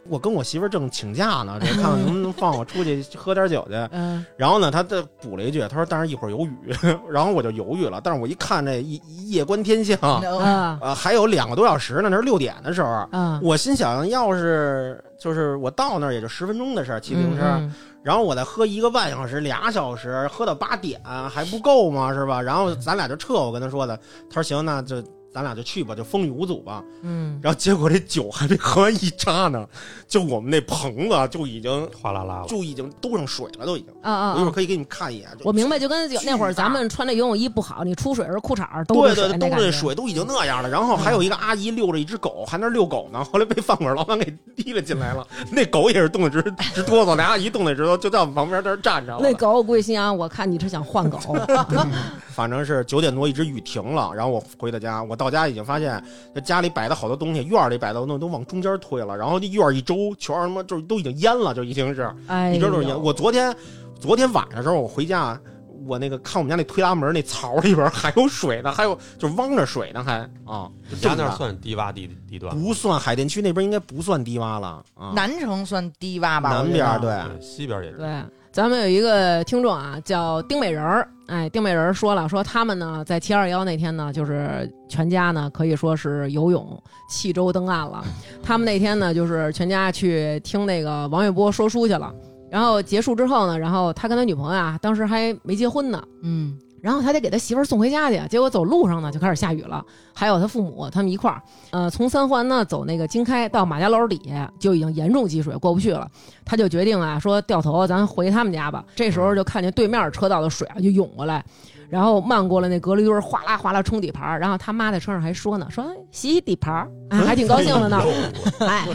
我跟我媳妇儿正请 假呢，这看看能不能放我出去喝点酒去。
嗯，
然后呢，他再补了一句，他说：“但是一会儿有雨。” 然后我就犹豫了，但是我一看这一一夜观天象，
嗯
啊
呃，还有两个多小时呢，那是六点的时候。
啊，
我心想，要是就是我到那儿也就十分钟的事儿，骑自行车，
嗯，
然后我再喝一个半小时、俩小时，喝到八点还不够吗？是吧？然后咱俩就撤。我跟他说的，他说行，那就咱俩就去吧，就风雨无阻吧。
嗯，
然后结果这酒还没喝完一扎呢，就我们那棚子就已经
哗啦啦了。
就已经兜上水了，都已经。
啊啊
我一会儿
啊！
可以给你们看一眼。就
我明白，就跟
巨
那会儿
大
咱们穿那游泳衣不好，你出水时候裤衩儿兜
对
着水
对
那
对，兜
感
着
觉，嗯
水都已经那样了。然后还有一个阿姨遛着一只狗，还那遛狗呢。后来被饭馆老板给提了进来了，那狗也是冻得直直哆嗦，那阿姨冻得直哆，就在我们旁边在那站着了。
那狗我估计心想，我看你是想换狗，
反正是九点多一直雨停了，然后我回的家，我到家已经发现这家里摆的好多东西，院儿里摆的东西都往中间推了，然后这院儿一周全是他妈就是都已经淹了，就已经是
哎呦，
一周都是淹。我昨天昨天晚上的时候我回家，我那个看我们家那推拉门那槽里边还有水呢，还有就是汪着水呢，还啊，就
你家
这么
那
大
儿算低洼地地段吗，
不算海淀区那边应该不算低洼了啊，
南城算低洼吧？我
南
觉
边
得
儿对。
对，嗯西边也是。
对，咱们有一个听众啊，叫丁美人儿。哎，丁美人儿说了，说他们呢在七二幺那天呢，就是全家呢可以说是游泳弃舟登岸了。他们那天呢，就是全家去听那个王玥波说书去了。然后结束之后呢，然后他跟他女朋友啊，当时还没结婚呢，
嗯，
然后他得给他媳妇儿送回家去，结果走路上呢就开始下雨了，还有他父母他们一块儿，呃，从三环呢走那个经开到马家楼底下就已经严重积水过不去了，他就决定啊说掉头咱回他们家吧。这时候就看见对面车道的水啊就涌过来，然后漫过了那隔离墩儿，哗啦哗啦冲底盘儿，然后他妈在车上还说呢，说哎洗洗底盘儿，哎还挺高兴的 呢。哎，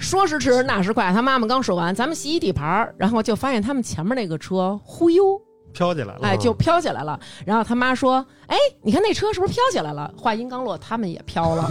说时迟那时快，他妈妈刚说完，咱们洗洗底盘儿，然后就发现他们前面那个车忽悠。
飘起来了，
哎，就飘起来了。然后他妈说：“哎，你看那车是不是飘起来了？”话音刚落，他们也飘了。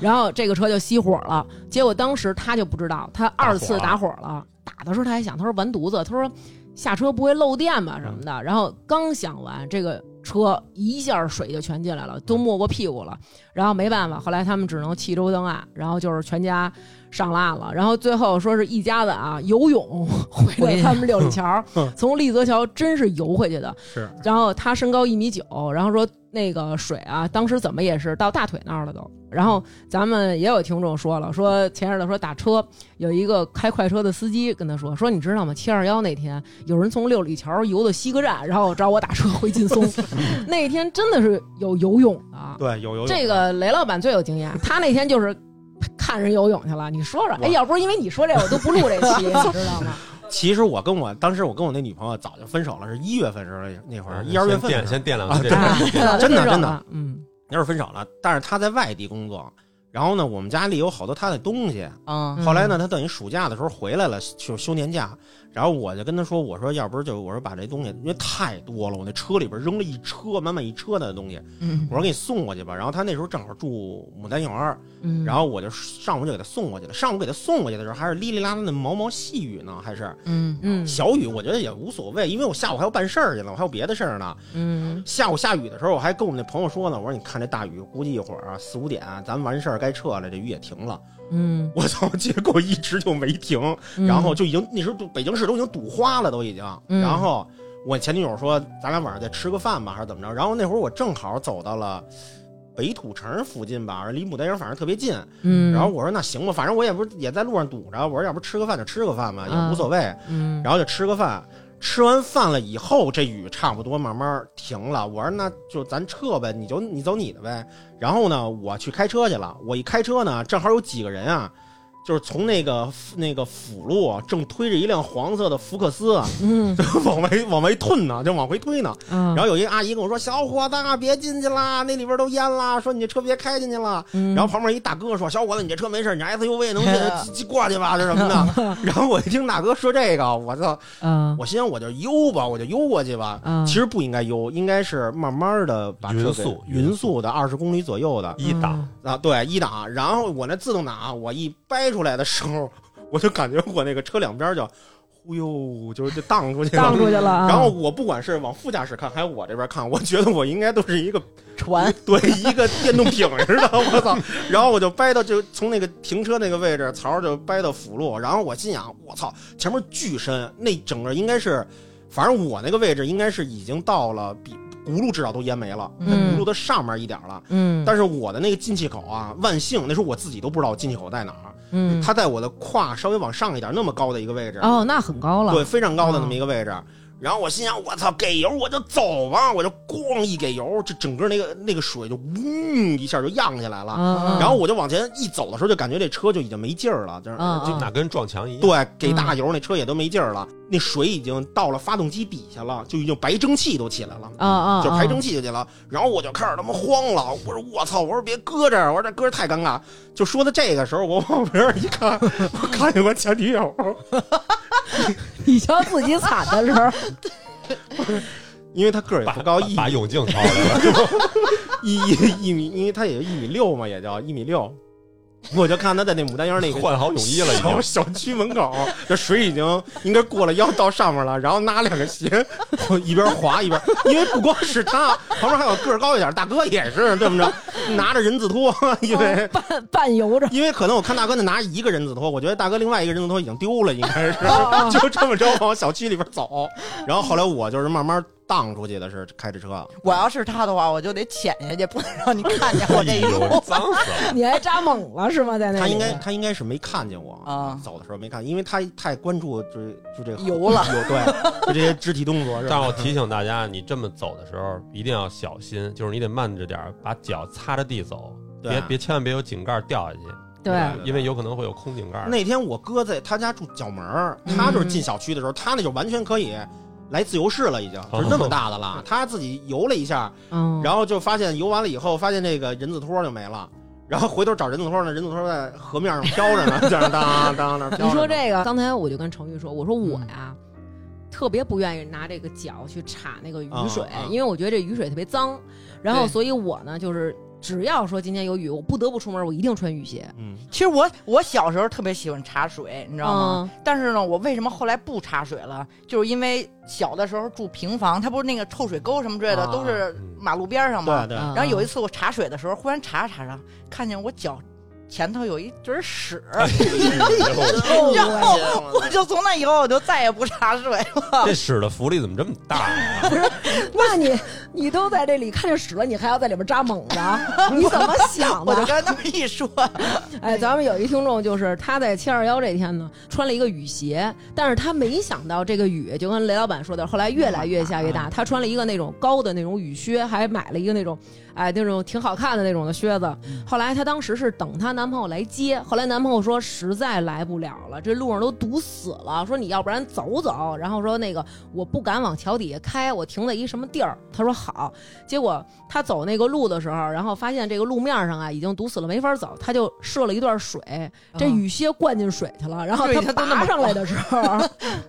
然后这个车就熄火了。结果当时他就不知道，他二次打火了。打的时候他还想，他说完犊子，他说下车不会漏电吧什么的。然后刚想完，这个车一下水就全进来了，都没过屁股了。然后没办法，后来他们只能弃舟登岸，然后就是全家上了岸了。然后最后说是一家子啊游泳回到他们六里桥，从丽泽桥真是游回去的。
是
然后他身高一米九，然后说那个水啊，当时怎么也是到大腿那儿了都。然后咱们也有听众说了，说前日子说打车，有一个开快车的司机跟他说，说你知道吗？七二幺那天有人从六里桥游到西客站，然后找我打车回劲松，那天真的是有游泳的。
对有有有
这个雷老板最有经 验，他那天就是。看人游泳去了，你说说，哎，要不是因为你说这，我都不录这 期，你知道吗？
嗯其实我跟我当时我跟我那女朋友早就分手了，是一月份时候那会儿，一二月份的时候
先先掂量
啊
这
对
个
真的真的
的，嗯，
那会儿分手了，但是他在外地工作，然后呢，我们家里有好多他的东西。
嗯，
后来呢，他等于暑假的时候回来了，就休年假，然后我就跟他说，我说要不是就我说把这东西，因为太多了，我那车里边扔了一车满满一车的东西，
嗯
我说给你送过去吧。然后他那时候正好住牡丹园儿，
嗯
然后我就上午就给他送过去了。上午给他送过去的时候，还是哩哩啦啦的毛毛细雨呢，还是
嗯
嗯
小雨，我觉得也无所谓，因为我下午还要办事儿去呢，我还有别的事儿呢。
嗯
下午下雨的时候，我还跟我们那朋友说呢，我说你看这大雨，估计一会儿啊四五点啊咱完事儿该撤了，这雨也停了。
嗯，
我操，结果一直就没停，
嗯
然后就已经那时候就北京市都已经堵花了，都已经。
嗯
然后我前女友说咱俩晚上再吃个饭吧，还是怎么着？然后那会儿我正好走到了。北土城附近吧，离牡丹园反正特别近。
嗯，
然后我说那行吧，反正我也不是也在路上堵着，我说要不吃个饭就吃个饭吧，也无所谓。
嗯，
然后就吃个饭，吃完饭了以后，这雨差不多慢慢停了。我说那就咱撤呗，你就你走你的呗。然后呢，我去开车去了。我一开车呢，正好有几个人啊，就是从那个那个辅路啊正推着一辆黄色的福克斯啊，
嗯
就往回往回退呢，就往回推呢。
嗯，
然后有一个阿姨跟我说：“小伙子，啊别进去啦，那里边都淹啦，说你这车别开进去了。”
嗯，
然后旁边一大哥说：“小伙子，你这车没事，你 SUV 能进，进过去吧，这什么的。”然后我一听大哥说这个，我操！
嗯
我心想我就悠吧，我就悠过去吧。
嗯
其实不应该悠，应该是慢慢的把车
匀
给
速
匀
匀
速的二十公里左右的
一
嗯
档，
啊，对一档。然后我那自动挡，啊我一掰出来的时候，我就感觉我那个车两边就忽悠，就是就荡出去了
荡。出去了啊，
然后我不管是往副驾驶看，还是我这边看，我觉得我应该都是一个
船，
对一个电动艇似的，我操！然后我就掰到就从那个停车那个位置，槽就掰到辅路，然后我心想，我操，前面巨深，那整个应该是，反正我那个位置应该是已经到了比轱辘至少都淹没了，在轱辘的上面一点了。
嗯，
但是我的那个进气口啊，万幸那时候我自己都不知道我进气口在哪儿，
嗯，
它在我的胯稍微往上一点那么高的一个位置，
哦，那很高了，
对，非常高的那
嗯
么一个位置。然后我心想，我操，给油我就走吧，我就咣一给油，这整个那个那个水就嗡一下就漾起来了。
嗯
然后我就往前一走的时候，就感觉这车就已经没劲儿了，就是、
嗯
就
嗯
哪跟撞墙一样。
对，给大油那车也都没劲儿了，那水已经到了发动机底下了，就已经白蒸汽都起来了。
啊啊，
就排蒸
啊
汽去了，然后我就开始他妈慌了，我说我操，我说别搁这儿，我说这搁这太尴尬。就说到这个时候，我往旁边一看，我看见我前女友，
你瞧自己惨的时候，
因为她个儿也
把
不高，
把
一
把泳镜掏出来了，
一一一米，因为她也就一米六嘛，也就一米六。我就看她在那牡丹园 那个
换好泳衣了已经。
小小区门口，这水已经应该过了腰到上面了，然后拿两个鞋一边滑一边，因为不光是他，旁边还有个儿高一点的大哥也是这么着，拿着人字拖， 因为。
半半游 着，
因为可能我看大哥那拿一个人字拖，我觉得大哥另外一个人字拖已经丢了，应该
哦
是 就这么着往小区里边走。然后后来我就是慢慢荡出去的是开着车，
我要是他的话，我就得潜下去，不能让你看见 我这一
哎呦
路。
脏死了！
你还扎猛了是吗？在那
他
里
应该他应该是没看见我
啊
走的时候没看，因为他太关注就就这
游了，
有 对，就这些肢体动作是
但
吧？
我提醒大家，你这么走的时候一定要小心，就是你得慢着点儿，把脚擦着地走，
对
别别千万别有井盖掉下去，
对
因为有可能会有空井盖。
那天我哥在他家住角门儿，他就是进小区的时候，他那就完全可以来自由市了，已经就是
哦
那么大的了。他自己游了一下，
嗯，
然后就发现游完了以后，发现这个人字拖就没了。然后回头找人字拖呢，人字拖在河面上飘着呢，在那当当那飘着呢。
你说这个，刚才我就跟程昱说，我说我呀，特别不愿意拿这个脚去插那个雨水
啊啊，
因为我觉得这雨水特别脏。然后，
对
所以我呢，就是只要说今天有雨，我不得不出门，我一定穿雨鞋，
嗯，
其实我我小时候特别喜欢茶水，你
知
知道吗？？
嗯
但是呢，我为什么后来不插水了？就是因为小的时候住平房，它不是那个臭水沟什么之类的，
啊
都是马路边上嘛
嗯对。对，
然
然后有一次我查水的时候，忽然查着查着，看见我脚前头有一堆屎，
哎嗯啊
嗯
然后我就从那以后我就再也不查水了。
这屎的浮力怎么这么大啊呀？
那你你都在这里看见屎了，你还要在里边扎猛子，啊你怎么想
我就
的？
跟他们一说，
哎，咱们有一听众就是他在七二幺这天呢，穿了一个雨鞋，但是他没想到这个雨就跟雷老板说的，后来越来越下越大。他穿了一个那种高的那种雨靴，还买了一个那种哎那种挺好看的那种的靴子。后来她当时是等她男朋友来接，后来男朋友说实在来不了了，这路上都堵死了，说你要不然走走，然后说那个我不敢往桥底下开，我停在一什么地儿。他说好，结果他走那个路的时候，然后发现这个路面上啊已经堵死了，没法走，他就设了一段水，这雨歇灌进水去了。然后
对
他
他都那么
爬上来的时候，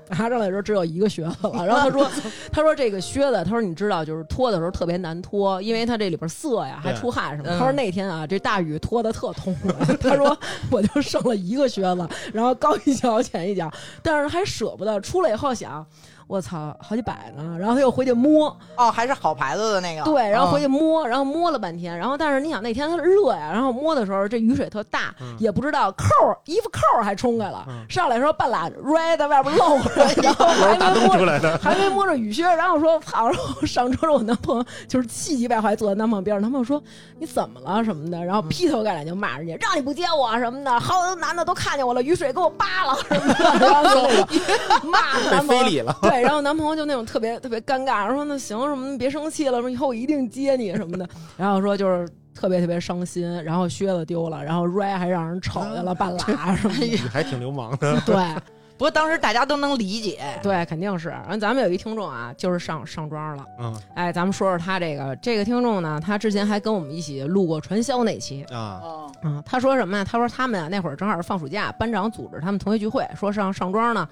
爬上来的时候只有一个靴子了。然后他说，他说这个靴子，他说你知道，就是脱的时候特别难脱，因为它这里边涩呀，还
对
出汗什么的。
嗯
他说那天啊，这大雨脱的特痛苦。他说我就剩了一个靴子，然后高一脚浅一脚，但是还舍不得。出来以后想。我操，好几百呢！然后他又回去摸，
哦，还是好牌子的那个。
对，然后回
嗯
去摸，然后摸了半天，然后但是你想那天它热呀，然后摸的时候这雨水特大，
嗯
也不知道扣儿衣服扣儿还冲开了，上来时候半拉 red 在外边露出来，然后还没摸
出来的。
还没摸着雨靴，然后说跑，然后上车了，我男朋友就是气急败坏坐在男朋友边上，男朋友说你怎么了什么的，
嗯
然后劈头盖脸就骂人家，让你不接我什么的，好多男的都看见我了，雨水给我扒了什 么的，然后就那种骂男朋友
被非礼了
对，然后男朋友就那种特别特别尴尬，然后说那行什么，你别生气了，说以后我一定接你什么的，然后说就是。特别特别伤心，然后靴子丢了，然后 Ray 还让人瞅见了半拉什么的，
你还挺流氓的，
对，
嗯不过当时大家都能理解，
对，肯定是。然后咱们有一听众啊，就是上上庄了。
嗯
哎，咱们说说他这个这个听众呢，他之前还跟我们一起录过传销那期。
啊，
哦，
嗯，他说什么呀？他说他们啊那会儿正好是放暑假，班长组织他们同学聚会，说上上庄呢，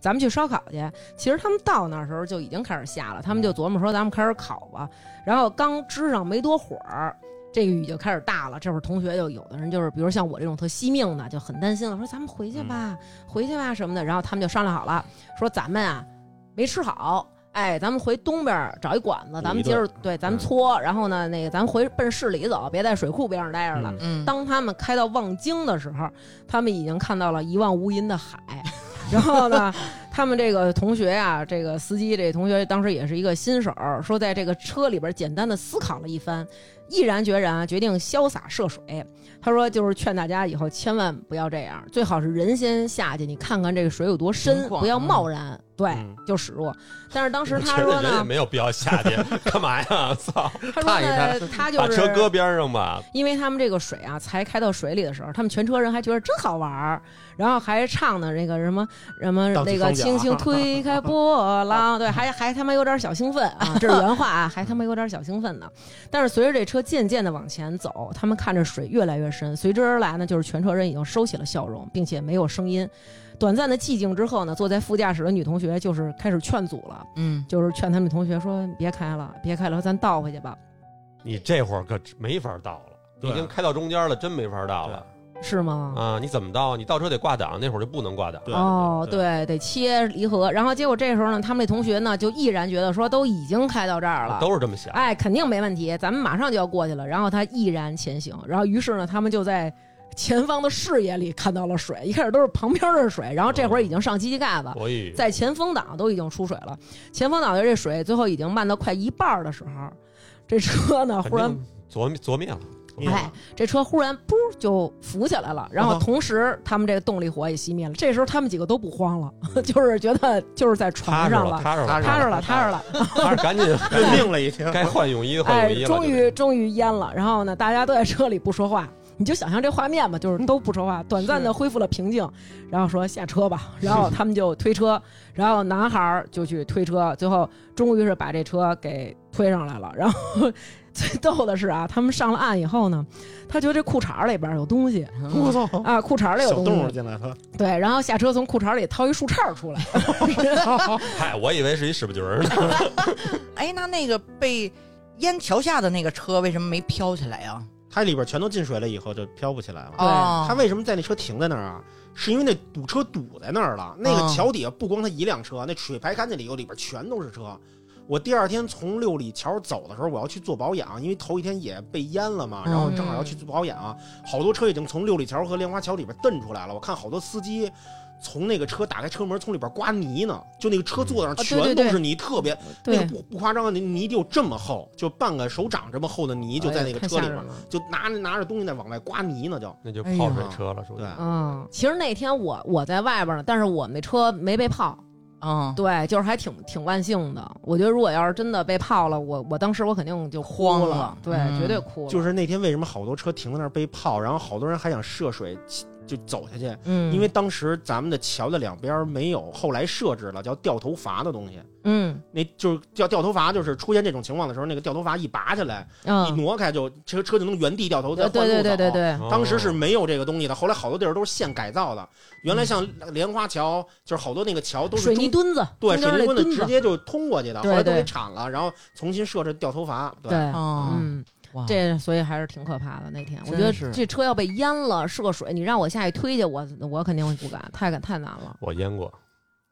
咱们去烧烤去。其实他们到那时候就已经开始下了，他们就琢磨说咱们开始烤吧。然后刚支上没多会儿。这个雨就开始大了，这会儿同学就有的人就是，比如像我这种特惜命的，就很担心了，说咱们回去吧，回去吧什么的。然后他们就商量好了，说咱们啊没吃好，哎，咱们回东边儿找一馆子，咱们接着对，咱们搓，然后呢，那个咱们回奔市里走，别在水库边上待着了。
嗯，
当他们开到望京的时候，他们已经看到了一望无垠的海。 然后呢，他们这个同学呀、这个司机这同学当时也是一个新手儿，说在这个车里边简单的思考了一番，毅然决然啊决定潇洒涉水。他说，就是劝大家以后千万不要这样，最好是人先下去，你看看这个水有多深，
情况
不要贸然、对
嗯
就驶入。但是当时
我
他
觉
说
得人也
呢，
没有必要下去， 干嘛呀？操，
他说
看
呢，他就
把
是
车搁边上吧。
因为他们这个水啊，才开到水里的时候，他们全车人还觉得真好玩儿，然后还唱的那个什么什么
荡起
那
双
个
桨
轻轻推开波 浪，对，还还他妈有点小兴奋啊，这是原话啊，还他妈有点小兴奋呢。但是随着这车渐渐的往前走，他们看着水越来越深，随之而来呢，就是全车人已经收起了笑容，并且没有声音。短暂的寂静之后呢，坐在副驾驶的女同学就是开始劝阻了，
嗯，
就是劝他们同学说别开了，别开了，咱倒回去吧，
你这会儿可没法倒了，你已经开到中间了，真没法倒了
是吗？
啊！你怎么倒？你倒车得挂档，那会儿就不能挂档。
对
哦，
对
对，得切离合。然后结果这时候呢，他们那同学呢就毅然觉得说，都已经开到这儿了，
都是这么想。
哎，肯定没问题，咱们马上就要过去了。然后他毅然前行，然后于是呢，他们就在前方的视野里看到了水，一开始都是旁边的水，然后这会儿已经上机器盖子，
所以
在前风挡都已经出水了，前风挡的这水最后已经漫到快一半儿的时候，这车呢忽然
肯定琢磨琢灭了。
哎，这车忽然噗就浮起来了，然
嗯
后同时他们这个动力火也熄灭了。这时候他们几个都不慌了， 就是觉得就是在
踏实
船上
了，
了，
踏实了，
踏实 了，踏实了。
踏实，赶紧
认命了已经。
该换泳衣的换
哎
泳衣，了。
终
就
于
是
终于淹了。然后呢，大家都在车里不说话，你就想象这画面吧，就是都不说话，短暂的恢复了平静，然后说下车吧，然后他们就推车，然后男孩儿就去推车，最后终于是把这车给推上来了。然后 最逗的是啊，他们上了岸以后呢，他觉得这裤衩儿里边儿有东西。
嗯
我操！
啊，裤衩儿里有
小
东
动物
西，
进来了，
对，然后下车从裤衩儿里掏一树杈儿出 来，
嗨，我以为是一屎不驴儿呢。
哎，那那个被淹桥下的那个车为什么没飘起来呀？
它里边全都进水了，以后就飘不起来了。
对
哦
他为什么在那车停在那儿啊？是因为那堵车堵在那儿了。那个
哦
桥底下不光他一辆车，那水排干那里头里边全都是车。我第二天从六里桥走的时候，我要去做保养，因为头一天也被淹了嘛，
嗯
然后正好要去做保养，啊好多车已经从六里桥和莲花桥里边蹬出来了。我看好多司机从那个车打开车门，从里边刮泥呢，就那个车座
嗯
上
哦对
全
对
都
对
是泥，特别那个
对，
不不夸张，那泥就这么厚，就半个手掌这么厚的泥就在那个
哎呀
车里啊
太吓
边
人，了
就拿着拿着东西在往外刮泥呢，就
那就泡水车了，属于
哎对。
嗯，其实那天我我在外边呢，但是我们那车没被泡，
嗯，
对，就是还挺挺万幸的。我觉得如果要是真的被泡了，我我当时我肯定就哭
慌
了
了，
对，
嗯
绝对哭了，
就是那天为什么好多车停在那儿被泡，然后好多人还想涉水就走下去，
嗯，
因为当时咱们的桥的两边没有后来设置了叫掉头筏的东西，
嗯
那就是叫掉头筏，就是出现这种情况的时候，那个掉头筏一拔起来，一
嗯，
挪开就车车就能原地掉头再
对
换路啊
对
走。
对对对，
当时
哦
是没有这个东西的，后来好多地儿都是现改造的。原来像莲花桥，就是好多那个桥都
嗯
是
水泥
中
墩子，
对
中
水泥
间那
墩子
墩
直
子，
接就通过去的，后
对
来都给
对
铲了，然后重新设置掉头筏。
对，，
哦，
嗯，
啊
哇
这所以还是挺可怕的。那天我
真
觉得
是
这车要被淹了，涉水，你让我下去推去，我我肯定会不敢，太敢太难了。
我淹过，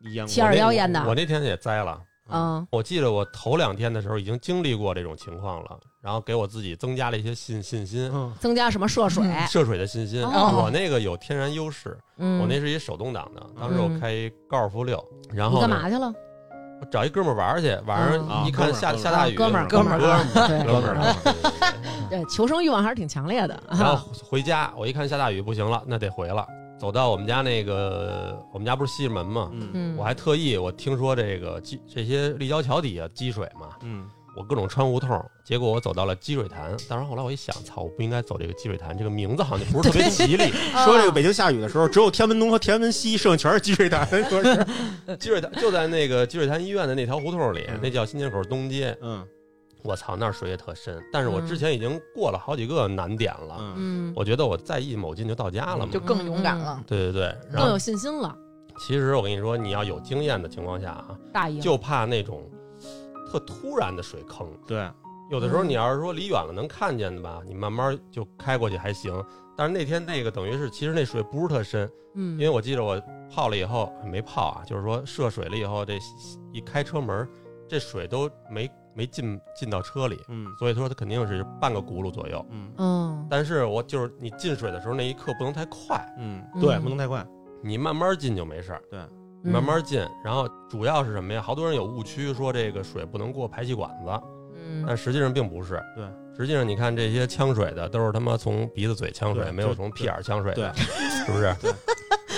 一样
七二幺淹的
我那天也栽了。
嗯
我记得我头两天的时候已经经历过这种情况了，然后给我自己增加了一些信信心，
嗯，
增加什么涉水？
涉水的信心。
嗯哦
我那个有天然优势，
嗯，
我那是一手动挡的，当时我
嗯
开一高尔夫六，然
你
后
干
呢，
嘛去了？
我找一哥们儿玩儿去，晚
啊
上一看下
哥们儿
下大雨，
哥们儿
哥
们儿
哥
啊对
哥们儿，
对，求生欲望还是挺强烈的。
然后回家，我一看下大雨，不行了，那得回了。走到我们家那个，我们家不是西直门吗？
嗯
嗯，
我还特意，我听说这个积这些立交桥底下积水嘛，
嗯，
我各种穿胡同，结果我走到了积水潭。但是后来我一想，操，我不应该走这个积水潭，这个名字好像就不是特别吉利。
嗯
说这个北京下雨的时候，只有天安门东和天安门西，剩下全是积水潭。说是，
积水潭就在那个积水潭医院的那条胡同里
嗯，
那叫新街口东街。
嗯
我操，那儿水也特深。但是我
嗯
之前已经过了好几个难点了，
嗯，
嗯，
我觉得我再一某进就到家了嘛
就。更勇敢了。
对对对，然
更
后
有信心了，
其实我跟你说，你要有经验的情况下啊，
大意了
就怕那种特突然的水坑。
对，
有的时候
嗯
你要是说离远了能看见的吧，你慢慢就开过去还行。但是那天那个等于是，其实那水不是特深，
嗯，
因为我记得我泡了以后没泡啊，就是说涉水了以后，这一开车门，这水都没没进进到车里，
嗯
所以说它肯定是半个轱辘左右。
嗯
嗯，
但是我就是你进水的时候那一刻不能太快，
嗯，
嗯
对，不能太快。
你慢慢进就没事儿，
嗯
慢慢进。然后主要是什么呀？好多人有误区，说这个水不能过排气管子，
嗯嗯
但实际上并不是。
对，
实际上你看这些呛水的都是他妈从鼻子嘴呛水，
对
没有
就
从屁
对
眼呛水的，是不是？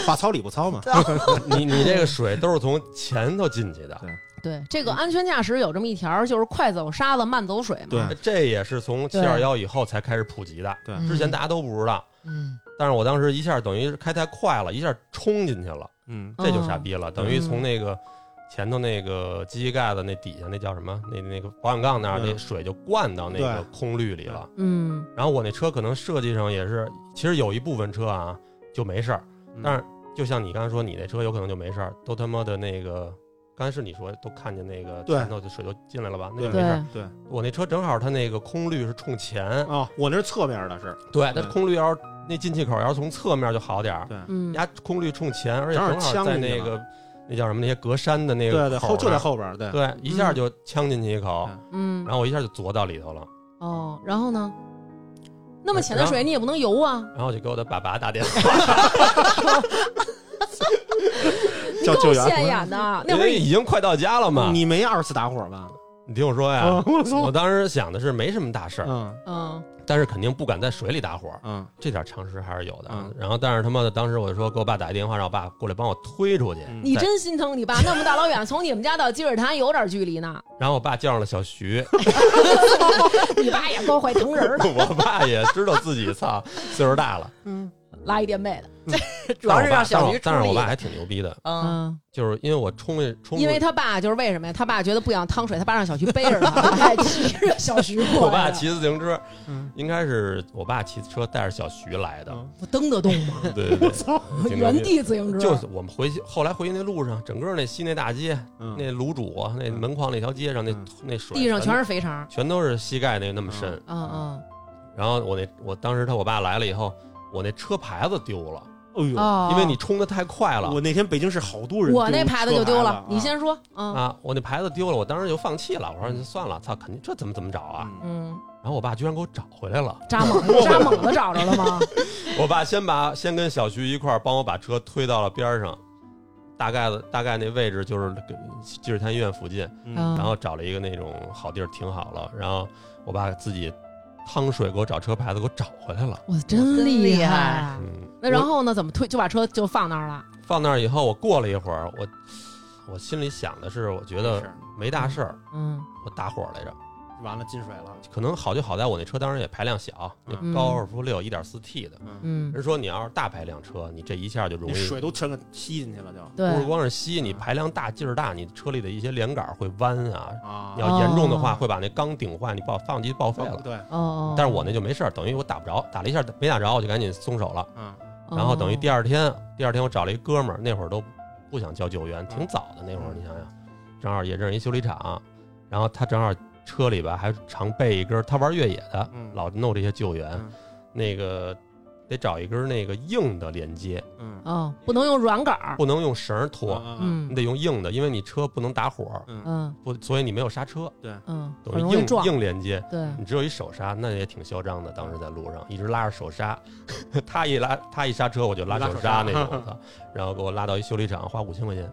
话糙理不糙嘛。
你你这个水都是从前头进去的，
对，这个安全驾驶有这么一条，就是快走沙子，慢走水嘛。
对，
这也是从七
对
二幺以后才开始普及的，
对
嗯
之前大家都不知道。
嗯，
但是我当时一下等于是开太快了，一下冲进去了，
嗯，
这就傻逼了，等于从那个前头那个机器盖子那底下那叫什么？那那个保险杠那儿，
嗯
那水就灌到那个空滤里了。
嗯，
然后我那车可能设计上也是，其实有一部分车啊就没事儿，
嗯
但是就像你刚才说，你那车有可能就没事儿，都他妈的那个。刚才是你说都看见那个
对
前头的水就进来了吧？那就没
对
事儿。
对
我那车正好它那个空滤是冲前，
啊，我那是侧面的是，
对，它
对
空滤要是那进气口要是从侧面就好点儿，
嗯对
嗯，
压空滤冲前，而且
正好
正好
呛
在
进去
那
了
个那叫什么那些格栅的那
对
个
对，
口
后
那
就
儿
在
啊
后边儿，对，
对，一下就呛进去一口，
嗯
嗯
然，后我一下就啄到里头了，
哦，然后呢？那么
然
浅的水你也不能游啊，
然后我就给我的爸爸打电话，
你
叫
够
救援
现眼的。那
因
会儿
为
已
已经快到家了嘛。
你没二次打火吧？
你听我说呀
啊，，我
我
操，
当时想的是没什么大事儿，
嗯
嗯
但是肯定不敢在水里打火，
嗯
这点常识还是有的啊
嗯。
然后，但是他妈的，当时我就说给我爸打一电话，让我爸过来帮我推出去。
嗯
你真心疼你爸，那么大老远从你们家到积水潭有点距离呢，
然后我爸叫上了小徐，
你爸也够会疼人的，
我爸也知道自己操岁数大了，
拉一垫背的。
主要是
但我
让
爸
小徐出
但是我
力
爸。还挺牛逼的，
嗯，
嗯，
就是因为我冲去冲出去，
因为他爸就是为什么呀？他爸觉得不想趟水，他爸让小徐背着他， 还骑哎着小徐过 来。
我爸，骑自行车，
嗯
应该是我爸骑车带着小徐来的，
嗯啊
我蹬得动 吗？
对 对
操，
对，
原地自行车，
就是我们回去，后来回去那路上，整个那西内大街、
嗯
那卤煮啊、那门框那条街上，那、
嗯
那水
地上全
是
是肥肠。
全都是膝盖那那么深。
嗯
然后我那我当时他我爸来了以后，我那车牌子丢了，
哎
嗯，
呦，
哦，
因为你冲的太快了
我那天北京市好多人，
我那牌子就丢
了
了，，你先说，嗯
啊，我那牌子丢了，我当时就放弃了，我说哎算了，操，肯定这怎么怎么找啊？
啊，
嗯，
然后我爸居然给我找回来了，
扎 猛子扎猛子找着了吗？
我爸先把先跟小徐一块儿帮我把车推到了边儿上，大概的大概那位置就是给积水潭医院附近，
嗯
然后找了一个那种好地儿停好了，然后我爸自己趟水给我找车牌子给我找回来了。
我真厉
厉
害
害。
嗯，
那然后呢？怎么推就把车就放那儿了？
我放那儿以后，我过了一会儿，我我心里想的是，我觉
没事
得
儿
没大事儿，
嗯
我打火来着。
完了进水了，
可能好就好在我那车当时也排量小，
嗯
那高尔夫六一点四 T 的。
嗯，
人说你要是大排量车，你这一下就容
那
易
水都全给吸进去了就
对
不是光是吸，你排量大、劲儿大，你车里的一些连杆儿会弯啊。
啊
你要严重的话，
哦
会把那缸顶坏，你爆发动机报废了。
对，
哦，
但是我那就没事儿，等于我打不着，打了一下没打着，我就赶紧松手了。
嗯
哦
然后等于第
二，
二天，第二天我找了一哥们儿，那会儿都不想叫救援，挺早的那会儿，
嗯
你想想，正好也认识一修理厂，然后他正好车里吧还常备一根，他玩越野的
嗯，
老弄这些救援
嗯，
那个得找一根那个硬的连接，
嗯
哦，不能用软杆儿，
不能用绳儿拖，
嗯
你
嗯
得用硬的，因为你车不能打火，
嗯
嗯
不，所以你没有刹车，
嗯，
等
很
于
容易
硬
撞，
硬连接，
对，
你只有一手刹，那也挺嚣张的。当时在路上一直拉着手刹， 他一拉他一刹车我就拉手刹那种 的，然后给我拉到一修理厂，花五千块钱。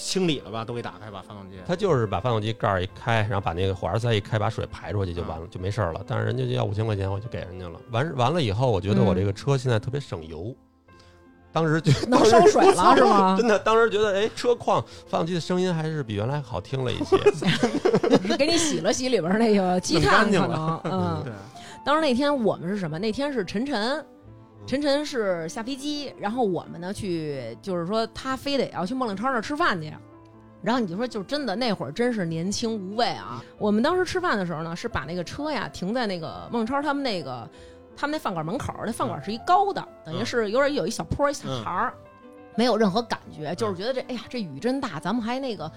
清理了吧，都给打开吧，发动机，
他就是把发动机盖儿一开，然后把那个火花塞一开，把水排出去就完了，就没事儿
嗯
了。但是人家就要五千块钱，我就给人家了。完完了以后，我觉得我这个车现在特别省油。当时 就？
能嗯烧水了是吗
真的，当时觉得哎，车况发动机的声音还是比原来好听了一些。
是给你洗了洗里边那个积
弄
碳，
干净
可能
了
嗯。
对，
当时那天我们是什么？那天是晨晨，晨晨是下飞机，然后我们呢去，就是说他非得要去梦亮超那儿吃饭去。然后你就说，就是真的，那会儿真是年轻无畏啊！我们当时吃饭的时候呢，是把那个车呀停在那个孟超他们那个他们那饭馆门口儿，那饭馆是一高的，等于是有点有一小坡儿一小台儿，没有任何感觉，就是觉得这哎呀这雨真大，咱们还那个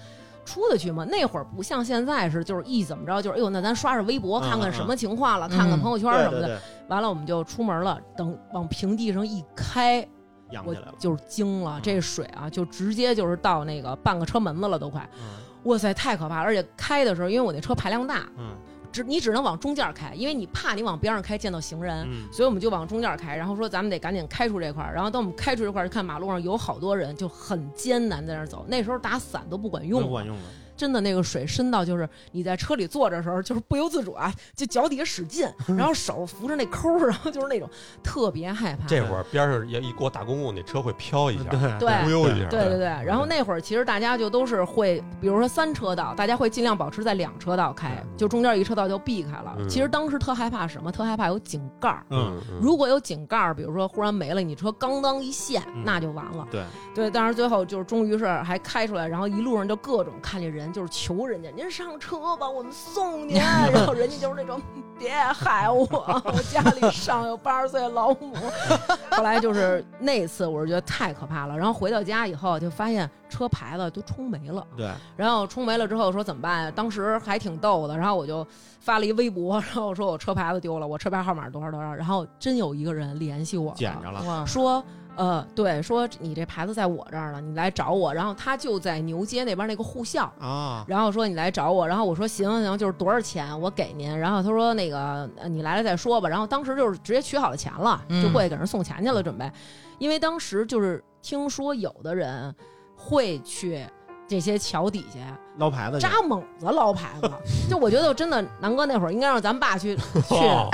出得去吗？那会儿不像现在是，就是一怎么着就是哎呦，那咱刷刷微博
嗯
看看什
嗯
么情况了，看看
嗯
朋友圈
对
什么
对
的。
对，
完了我们就出门了，等往平地上一开，
养
我
起来了，
就是惊了，
嗯
这水啊就直接就是到那个半个车门子了，都快，
嗯
哇塞，太可怕了！而且开的时候，因为我那车排量大，
嗯
只你只能往中间开，因为你怕你往边上开见到行人。
嗯
所以我们就往中间开，然后说咱们得赶紧开出这块儿。然后当我们开出这块儿，就看马路上有好多人，就很艰难在那儿走。那时候打伞都不管用
那
了，
不管用了，
真的那个水深到，就是你在车里坐着的时候，就是不由自主啊，就脚底下 使劲，然后手扶着那抠儿，然后就是那种特别害怕。
这会儿边上也一过大公共，那车会飘一下，
对
对
忽悠一下。
对对对，然后那会儿其实大家就都是会，比如说三车道，大家会尽量保持在两车道开，就中间一车道就避开了。
嗯
其实当时特害怕什么？特害怕有井盖儿。
嗯，
嗯，嗯
如果有井盖儿，比如说忽然没了，你车咣当一陷，
嗯
那就完了。
对，
对，但是最后就是终于是还开出来，然后一路上就各种看见人，就是求人家，您上车吧，我们送您。啊 然后人家就是那种别害我，我家里上有八十岁老母。 后来就是那次，我是觉得太可怕了。然后回到家以后，就发现车牌子都冲没了。
对，
然后冲没了之后说怎么办呀？当时还挺逗的，然后我就发了一微博，然后我说我车牌子丢了，我车牌号码多少多少，然后真有一个人联系我了，
捡着了，
哇，
说。呃，对，说你这牌子在我这儿了，你来找我。然后他就在牛街那边那个护校，
啊，
然后说你来找我，然后我说行行，就是多少钱我给您。然后他说那个呃你来了再说吧。然后当时就是直接取好了钱了，
嗯
就过去给人送钱去
嗯
了，准备。因为当时就是听说有的人会去这些桥底下
捞牌子去
扎猛子捞牌 子，就我觉得真的，南哥那会儿应该让咱爸去去，
哦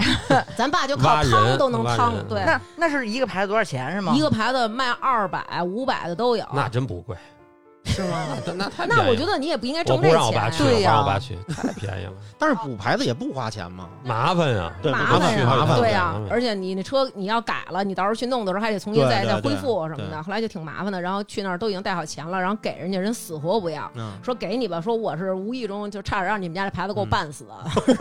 咱爸就
挖
靠
人
趟都能
挖
趟
人，
对，
那那是一个牌子多少钱是吗？
一个牌子卖二百、五百的都有。
那真不贵，
是吗？
那那太便宜
那
了
我觉得你也不应该
我
挣这
不让我爸去，
钱，啊
对
我
呀
不让我爸去，太便宜 了，
但是补牌子也不花钱嘛，
麻烦啊呀。
对，
麻
麻
烦
去
呀
麻烦，
对
呀
呀、而且你那车你要改了，你到时候去弄的时候还得重新
对
再
对
再恢
对
复什么
对
的，后来就挺麻烦的。然后去那儿都已经带好钱了，然后给人家人死活不要。
嗯，
说给你吧，说我是无意中就差点让你们家这牌子给我绊 死，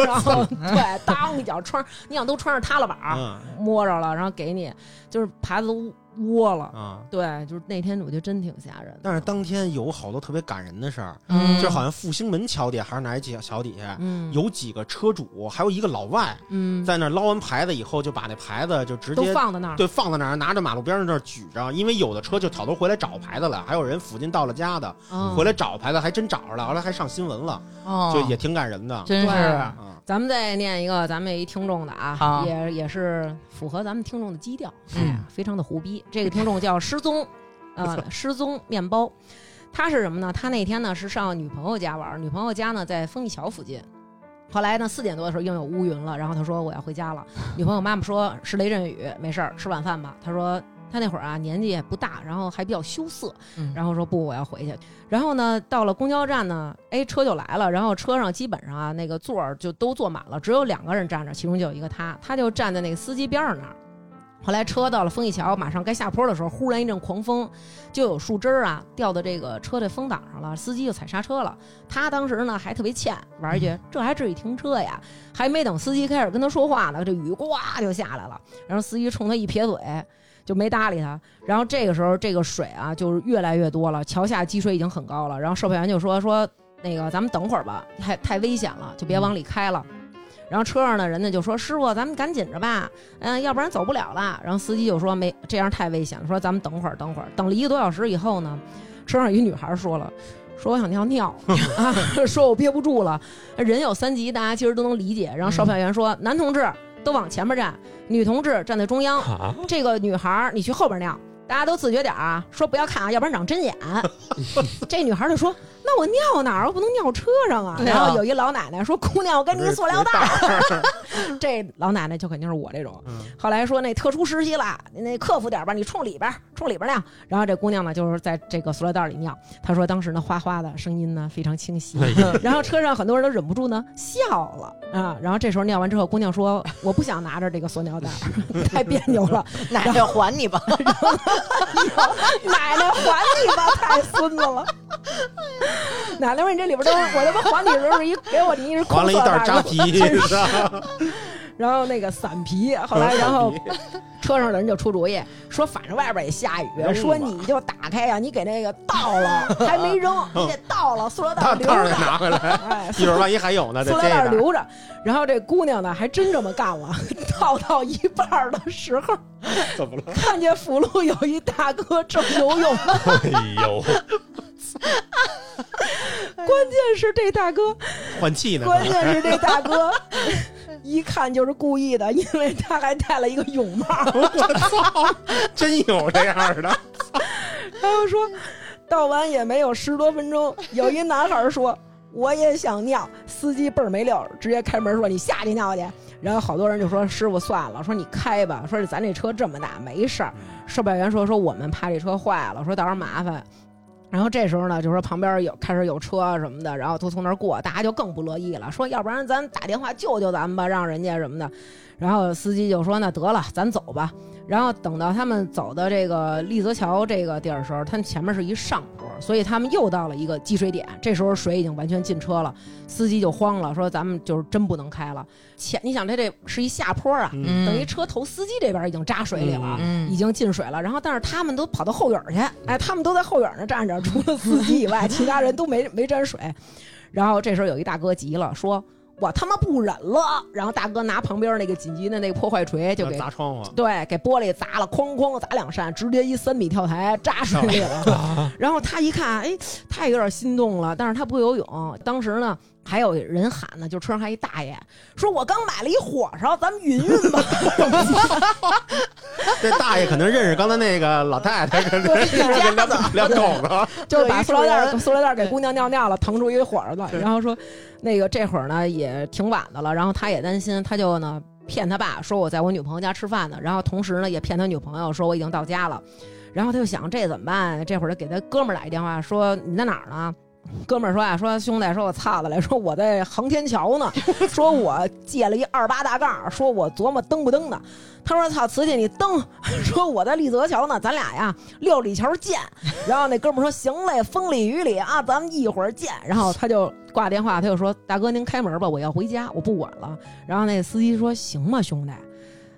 然后对，当一脚穿，你想都穿上塌了板儿，
嗯
摸着了，然后给你，就是牌子都窝了。
嗯。
对，就是那天我觉得真挺吓人的。
但是当天有好多特别感人的事儿，
嗯
就好像复兴门桥底下还是哪儿桥桥底下，
嗯
有几个车主，还有一个老外，
嗯
在那儿捞完牌子以后，就把那牌子就直
都
接
放在那儿，
对放在那儿，拿着马路边上那儿举着，因为有的车就挑头回来找牌子了，还有人附近到了家的
嗯
回来找牌子，还真找着了，后来还上新闻了，
哦，
就也挺感人的。
真是
对
嗯，
咱们再念一个咱们一听众的啊
好，
也也是符合咱们听众的基调，哎
嗯
呀，非常的胡逼。这个听众叫失踪，呃，失踪面包，他是什么呢？他那天呢是上女朋友家玩儿，女朋友家呢在丰益桥附近。后来呢，四点多的时候又有乌云了，然后他说我要回家了。女朋友妈妈说是雷阵雨，没事儿，吃晚饭吧。他说他那会儿啊年纪也不大，然后还比较羞涩，
嗯
然后说不，我要回去。然后呢，到了公交站呢，哎，车就来了。然后车上基本上啊，那个座儿就都坐满了，只有两个人站着，其中就有一个他，他就站在那个司机边上那儿。后来车到了丰益桥，马上该下坡的时候，忽然一阵狂风，就有树枝儿啊掉到这个车的风挡上了，司机就踩刹车了。他当时呢还特别欠，玩一句：“这还至于停车呀？”还没等司机开始跟他说话呢，这雨呱就下来了，然后司机冲他一撇嘴，就没搭理他。然后这个时候，这个水啊就是越来越多了，桥下积水已经很高了。然后售票员就说说那个咱们等会儿吧，太太危险了，就别往里开了。然后车上的人呢就说：“师傅，咱们赶紧着吧，嗯、要不然走不了了。”然后司机就说：“没，这样太危险了，说咱们等会儿，等会儿。”等了一个多小时以后呢，车上一女孩说了。说我想尿尿，啊、 说我憋不住了。人有三急，大家其实都能理解。然后售
嗯
票员说：“男同志都往前面站，女同志站在中 央。”
啊，
这个女孩儿你去后边尿，大家都自觉点儿啊，说不要看啊，要不然长 针眼。这女孩儿就说：“那我尿哪儿？我不能尿车上啊。
对啊
然后有一老奶奶说：“姑娘，我给你个塑料袋。”
儿，
这老奶奶就肯定是我这种。
嗯
后来说那特殊时期啦，你那克服点儿吧，你冲里边儿，冲里边儿尿。然后这姑娘呢，就是在这个塑料袋里尿。她说当时呢，哗哗的声音呢非常清晰。
哎呀
然后车上很多人都忍不住呢笑了啊。然后这时候尿完之后，姑娘说：“我不想拿着这个塑料袋儿， 太别扭了。”
奶奶还你吧，
奶奶还你吧，太孙子了！奶奶说你这里边都是我他妈还你的时候是一给我你一是空
还了一
塑料
袋
袋
扎
儿，
啤，
然后那个散皮，后
嗯
来然后车上的人就出主意说，反正外边也下雨，
扔
说
吧
你就打开呀、啊你给那个倒 了，还没扔，你
嗯
得倒了，塑料袋
大
儿
袋
留
儿给
着。
拿回来，
哎，
一会儿万一还有呢，再
塑料
接一
袋
袋儿。
留着。然后这姑娘呢，还真这么干了。倒 到一半儿的时候，
怎么了？
看见辅路有一大哥正游泳呢，
哎呦，
关键是这大哥
换气 呢？
关键是这大 哥一看就是故意的，因为他还戴了一个泳帽。
我操，真有这样的！
他又说，倒完也没有十多分钟，有一男孩说：“我也想尿。司机倍儿没溜儿，直接开门说：“你下去尿去。”然后好多人就说：“师傅算了，说你开吧，说咱这车这么大没事儿。”售票员说：“说我们怕这车坏了，说到时候麻烦。”然后这时候呢，就说旁边有开始有车什么的，然后都从那儿过，大家就更不乐意了，说要不然咱打电话救救咱们吧，让人家什么的。然后司机就说：“那得了，咱走吧。”然后等到他们走到这个丽泽桥这个地儿的时候，他们前面是一上坡，所以他们又到了一个积水点。这时候水已经完全进车了，司机就慌了，说：“咱们就是真不能开了。前你想，他这是一下坡啊，
嗯
等于车头司机这边已经扎水里了，
嗯
已经进水了。然后，但是他们都跑到后院儿去，哎，他们都在后院儿那站着，除了司机以外，其他人都没没沾水。然后这时候有一大哥急了，说：“我他妈不忍了！”然后大哥拿旁边那个紧急的那个破坏锤就给
砸窗户，
对，给玻璃砸了，哐哐砸两扇，直接一三米跳台扎水里了。 然后他一看，哎，他也有点心动了，但是他不会游泳。当时呢，还有人喊呢，就车上还一大爷说：“我刚买了一火烧，咱们匀匀吧。
这大爷可能认识刚才那个老太太，跟这两两口子，”
就把塑料袋
对
儿塑料袋儿给姑娘尿尿了，腾出一火烧来，然后说：“那个这会儿呢也挺晚的了。”然后他也担心，他就呢骗他爸说我在我女朋友家吃饭呢，然后同时呢也骗他女朋友说我已经到家了。然后他就想这怎么办？这会儿就给他哥们儿打一电话，说你在哪儿呢？哥们儿说啊，说兄弟，说我操的嘞，说我在航天桥呢，说我借了一二八大杠，说我琢磨蹬不蹬呢。他说操，瓷器你蹬， 说我在丽泽桥呢，咱俩呀六里桥见。 然后那哥们儿说行嘞，风里雨里啊，咱们一会儿见。然后他就挂电话，他就说大哥您开门吧，我要回家，我不管了。然后那司机说行吗，兄弟？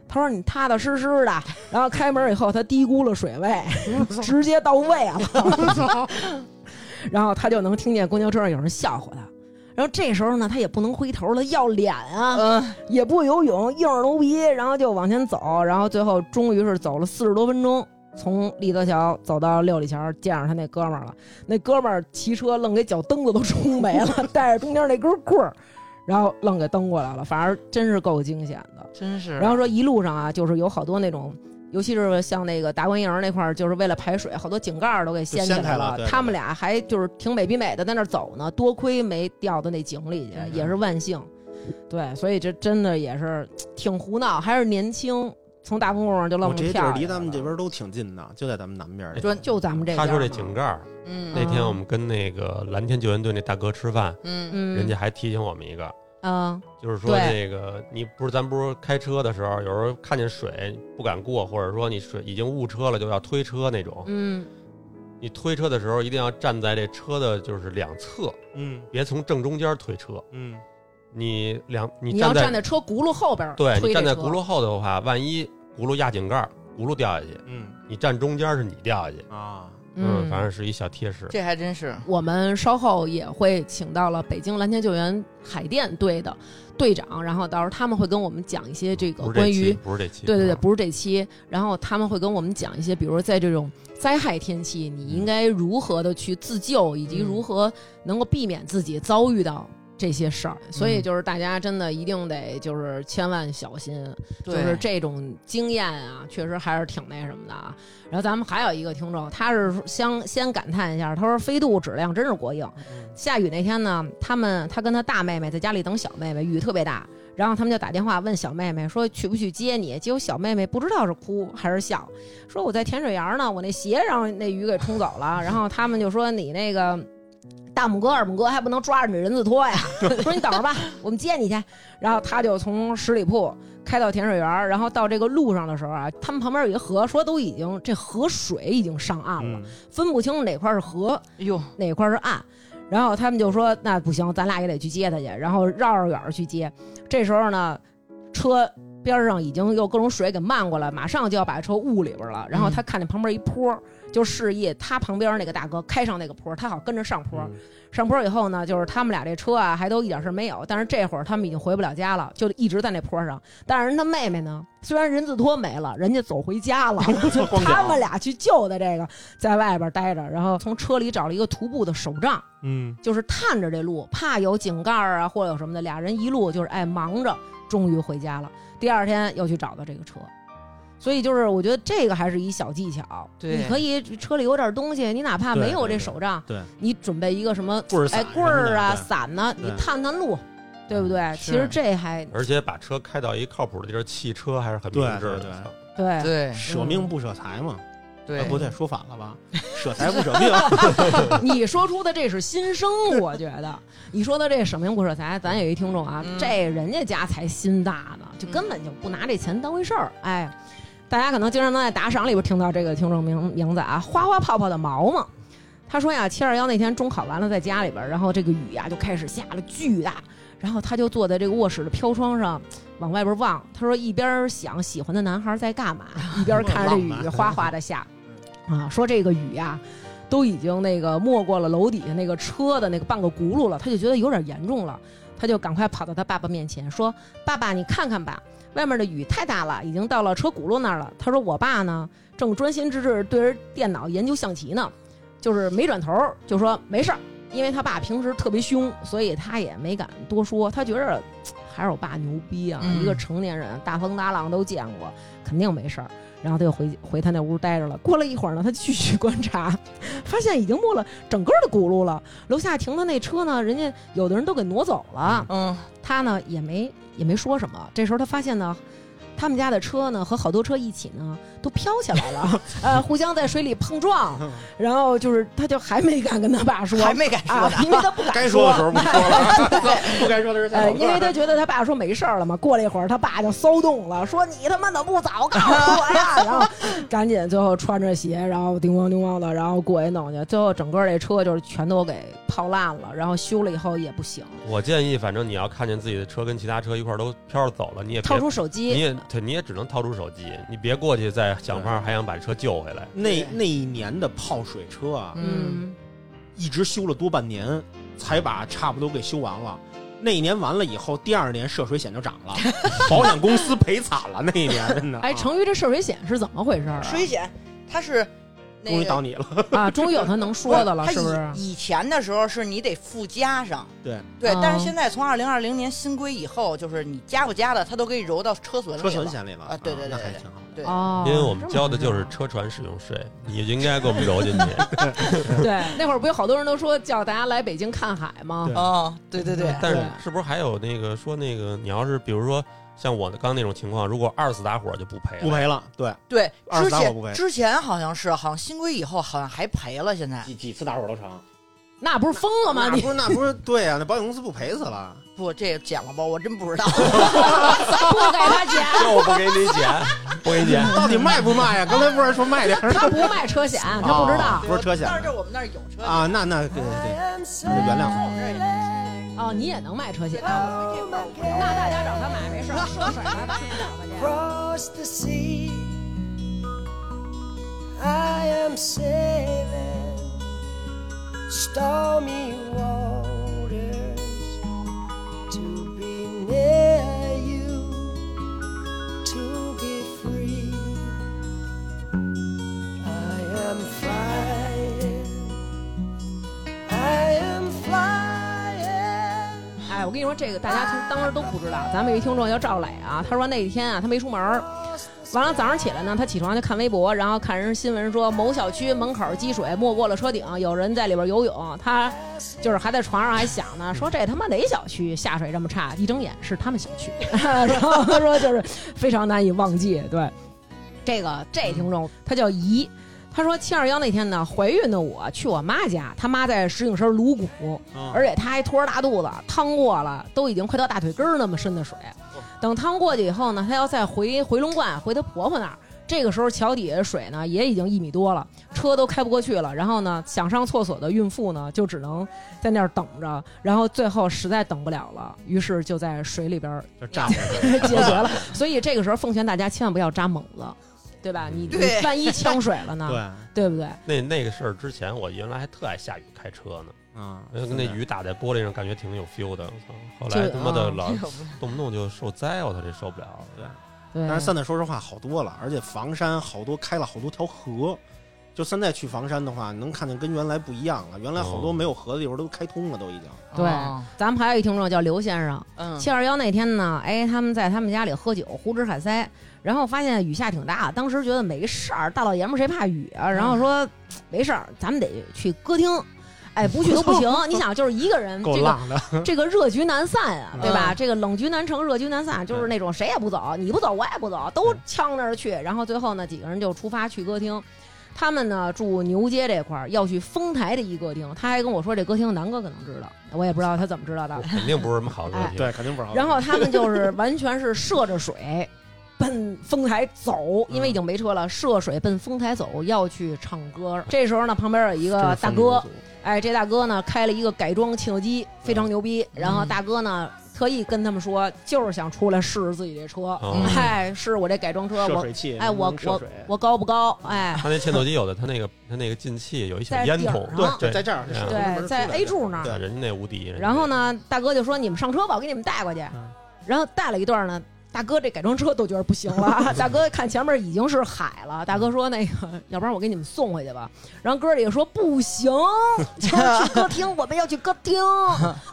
他说你踏踏实实的，然后开门以后，他低估了水位， 直接到位了。 然后他就能听见公交车上有人笑话他。然后这时候呢，他也不能回头了，要脸啊，
嗯，
也不游泳，硬着头皮，然后就往前走，然后最后终于是走了四十多分钟，从立德桥走到六里桥，见着他那哥们儿了。那哥们儿骑车愣给脚蹬子都冲没了， 带着中间那根棍儿，然后愣给蹬过来了。反正真是够惊险的。
真
嗯
是。嗯
然后说一路上啊，就是有好多那种，尤其是像那个达官营那块儿，就是为了排水，好多井盖儿都给掀起
就掀开
来
了对
他们俩还就是挺美比美的在那儿走呢，多亏没掉到那井里去，
嗯
真是
也是万幸。对，所以这真的也是挺胡闹，还是年轻，从大公路上就
我
愣
这
么
些地
跳
儿。离咱们这边都挺近的，就在咱们南边。
就就咱们这边
他
儿
说这
嘛
井盖儿，
嗯
那天我们跟那个蓝天救援队那大哥吃饭，
嗯
嗯，
人家还提醒我们一个，
嗯
就是说
对
那个你不是咱不是开车的时候，有时候看见水不敢过，或者说你水已经误车了就要推车那种，
嗯
你推车的时候一定要站在这车的就是两侧，
嗯
别从正中间推车。
嗯，
你两你
你要
在
站在车轱辘后边儿推
对
这车，
你站在轱辘后头的话，万一轱辘压井盖儿，轱辘掉下去，
嗯
你站中间是你掉下去。
啊，
嗯，
反正是一小贴士。
这还真是。
我们稍后也会请到了北京蓝天救援海淀队的队长，然后到时候他们会跟我们讲一些这个
不是
关
这期，
于
不是这期，
对对
啊
对，不是这期，然后他们会跟我们讲一些，比如在这种灾害天气，你应该如何的去自救，以及
嗯
如何能够避免自己遭遇到。这些事儿，所以就是大家真的一定得就是千万小心，就
对
是这种经验啊，确实还是挺那什么的啊。然后咱们还有一个听众，他是先先感叹一下，他说飞度质量真是过硬。
嗯
下雨那天呢，他们他跟他大妹妹在家里等小妹妹，雨特别大，然后他们就打电话问小妹妹说去不去接你，结果小妹妹不知道是哭还是笑，说我在甜水园呢，我那鞋让那鱼给冲走了，然后他们就说你那个。大拇哥、二拇哥还不能抓着你人字拖呀！说你等着吧，我们接你去。然后他就从十里铺开到甜水园儿，然后到这个路上的时候啊，他们旁边有一河，说都已经这河水已经上岸
嗯
了，分不清哪块是河，
哟，
哪块儿是岸。然后他们就说：“那不行，咱俩也得去接他去。”然后绕着远儿去接。这时候呢，车边上已经有各种水给漫过来，马上就要把车雾里边儿了。然后他看见旁边一坡，就示意他旁边那个大哥开上那个坡，他好跟着上坡。上坡以后呢，就是他们俩这车啊，还都一点事儿没有。但是这会儿他们已经回不了家了，就一直在那坡上。但是人他妹妹呢，虽然人字拖没了，人家走回家了。他们俩去救的这个，在外边待着，然后从车里找了一个徒步的手杖，
嗯，
就是探着这路，怕有井盖儿啊或者有什么的。俩人一路就是哎忙着，终于回家了。第二天又去找到这个车，
所以就是我觉得这个还是一小技巧，
对
你可以车里有点东西，你哪怕
对
没有
对
这
对
手杖，
对
你准备一个什么
棍儿
哎
伞
棍儿啊、
什么
伞呐，
对嗯
你探探路，对不对？其实这还
而且把车开到一靠谱的地儿，汽车还是很明智的。
对对对
对
对
的舍命不舍财嘛，
对
啊不对，说反了 吧？舍财不舍 命，
你说出的这是心声，我觉得你说的这舍命不舍财，咱有一听众啊，
嗯
这人家家才心大呢，就根本就不拿这钱当回事儿。哎，大家可能经常能在打赏里边听到这个听众名名字啊，花花泡泡的毛毛。他说呀，七二幺那天中考完了，在家里边儿，然后这个雨呀、就开始下了巨大，然后他就坐在这个卧室的飘窗上往外边望。他说一边儿想喜欢的男孩在 干嘛，一边儿看着这雨
浪漫嗯
哗哗的下，啊，说这个雨呀、都已经那个没过了楼底下那个车的那个半个轱辘了，他就觉得有点严重了，他就赶快跑到他爸爸面前说：“爸爸，你看看吧，外面的雨太大了，已经到了车轱辘那儿了。”他说：“我爸呢，正专心致志对着电脑研究象棋呢，就是没转头就说没事儿，因为他爸平时特别凶，所以他也没敢多说，他觉着嘖还是我爸牛逼啊，
嗯
一个成年人大风大浪都见过，肯定没事儿。”然后他就回回他那屋待着了。过了一会儿呢，他继续观察，发现已经没了整个的轱辘了。楼下停的那车呢，人家有的人都给挪走了。
嗯
他呢也没也没说什么。这时候他发现呢，他们家的车呢和好多车一起呢都飘起来 了，呃，互相在水里碰撞。
嗯
然后就是他就还没敢跟他爸说，
还没敢说
啊，因为他不敢
该说的时候不说了，
对
不该说的时 候再
呃，
说
因为 他觉得他爸说没事儿了嘛。过了一会儿，他爸就骚动了，说：“你他妈怎么不早告诉我呀？” 然后赶紧最后穿着鞋，然后叮咣叮咣的，然后过去弄去。最后整个这车就是全都给泡烂了，然后修了以后也不行，
我建议，反正你要看见自己的车跟其他车一块儿都飘着走了，你也别
掏出手
你
机，
也对，你也只能掏出手机，你别过去再想法儿还想把车救回来。
那那一年的泡水车啊，
嗯，
一直修了多半年，才把差不多给修完了。那一年完了以后，第二年涉水险就 涨了，保险公司赔惨了。那一年
啊
真的，啊
哎，成昱这涉水险是怎么回事儿啊？
水险它是那
终于
个
到你了。
啊，终于有他能说 的了，
它
是不是？
以以前的时候是你得附加上，
对，
对，
嗯
但是现在从二零二零年新规以后，就是你加不加的，它都给你揉到车损里
车
了
损险里了
啊对对
那
对
还
对
挺好。
对
哦，
因为我们交的就
这么
是车船使用税，你就应该给我们揉进去。
回事儿对那会儿不有好多人都说叫大家来北京看海吗
对？
哦，对对对，
但是
对
是不是还有那个说那个你要是比如说像我刚那种情况，如果二次打火就不赔了，
不赔了，对，
对，
二
之
十三我不
前
赔
之前好像是，好像新规以后好像还赔了，现在
几几次打火都成。
那不是疯了吗？
那
你
不是那不是对呀、那保险公司不赔死 了，
不这剪了吧？我真不知道，
不给他钱，
就 不给你钱，不给你钱。
到底卖不卖呀、刚才不是说卖点 儿
他不 卖车险，他不知道
啊。不是车险
但是我们那儿有车险
啊？那那对对对，那就原谅
我
他。
们这儿也有
哦，你也能卖车险啊
对，但我回这块儿我不知道
那大家找他买没事儿，说甩他去找他去。
across the sea. I am sailing stormy waters to be near you, to be free. I am flying, I am flying.
哎，我跟你说，这个大家其实当时都不知道。咱们有一听众叫赵磊啊，他说那一天啊，他没出门儿，完了早上起来呢，他起床就看微博，然后看人新闻说某小区门口积水没过了车顶，有人在里边游泳，他就是还在床上还想呢，说这他妈哪小区下水这么差？一睁眼是他们小区， 然后他说就是非常难以忘记。对，这个这听众他叫怡。他说七二幺那天呢，怀孕的我去我妈家，他妈在石景山泸沽，而且他还拖着大肚子趟过了，都已经快到大腿根儿那么深的水。等趟过去以后呢，他要再回回龙观，回他婆婆那儿。这个时候桥底下水呢也已经一米多了，车都开不过去了。然后呢，想上厕所的孕妇呢就只能在那儿等着，然后最后实在等不了了，于是就在水里边儿
就炸了。
解决了。所以这个时候奉劝大家千万不要扎猛子，对吧？你你
对
万一呛水了呢，
对，啊
对不对？
那那个事儿之前，我原来还特爱下雨开车呢，
嗯，
因为哎跟那雨打在玻璃上，感觉挺有 feel 的。我操！后
就
来他妈的
嗯
老动不动就受灾，我操，这受不了。
对
对
但是现在说实话好多了，而且房山好多开了好多条河，就现在去房山的话，能看见跟原来不一样了。原来好多
哦
没有河的地方都开通了，都已经。
嗯
对
哦
咱们还有一听众叫刘先生，
嗯
七二幺那天呢，哎，他们在他们家里喝酒，胡吃海塞，然后发现雨下挺大，当时觉得没事儿，大老爷们儿谁怕雨啊？然后说没事儿，咱们得去歌厅。哎，不去都不行。你想，就是一个人，
够
这个
浪的，
这个热局难散啊，对吧？
嗯
这个冷局难成，热局难散，就是那种谁也不走，你不走我也不走，都呛那儿去。然后最后呢，几个人就出发去歌厅。他们呢住牛街这块儿，要去丰台的一歌厅。他还跟我说，这歌厅南哥可能知道，我也不知道他怎么知道的
我。肯定不是什么好歌
哎
厅。
对，肯定不好。
然后他们就是完全是涉着 水奔丰台走，
嗯
因为已经没车了，涉水奔丰台走，要去唱
嗯
歌。这时候呢，旁边有一个呃大哥，哎，这大哥呢开了一个改装汽油机，非常牛逼。然后大哥呢特意跟他们说，就是想出来试试自己这车，
哦
哎，试我这改装车，
涉
我
水器，
哎我
能涉水啊
我高不高？哎，
他那切诺基有的，他那个他那个进气有一小
在
烟
顶
筒，
上
对
在这儿
对
是
对，在 A 柱那儿。
对
人家那无敌。人家
然后呢，大哥就说：“你们上车吧，我给你们带过去。
嗯
然后带了一段呢，大哥这改装车都觉得不行 了。大哥看前面已经是海了，大哥说：“那个，要不然我给你们送回去吧。”然后哥几个说：“不 行，就是去歌厅，我们要去歌厅。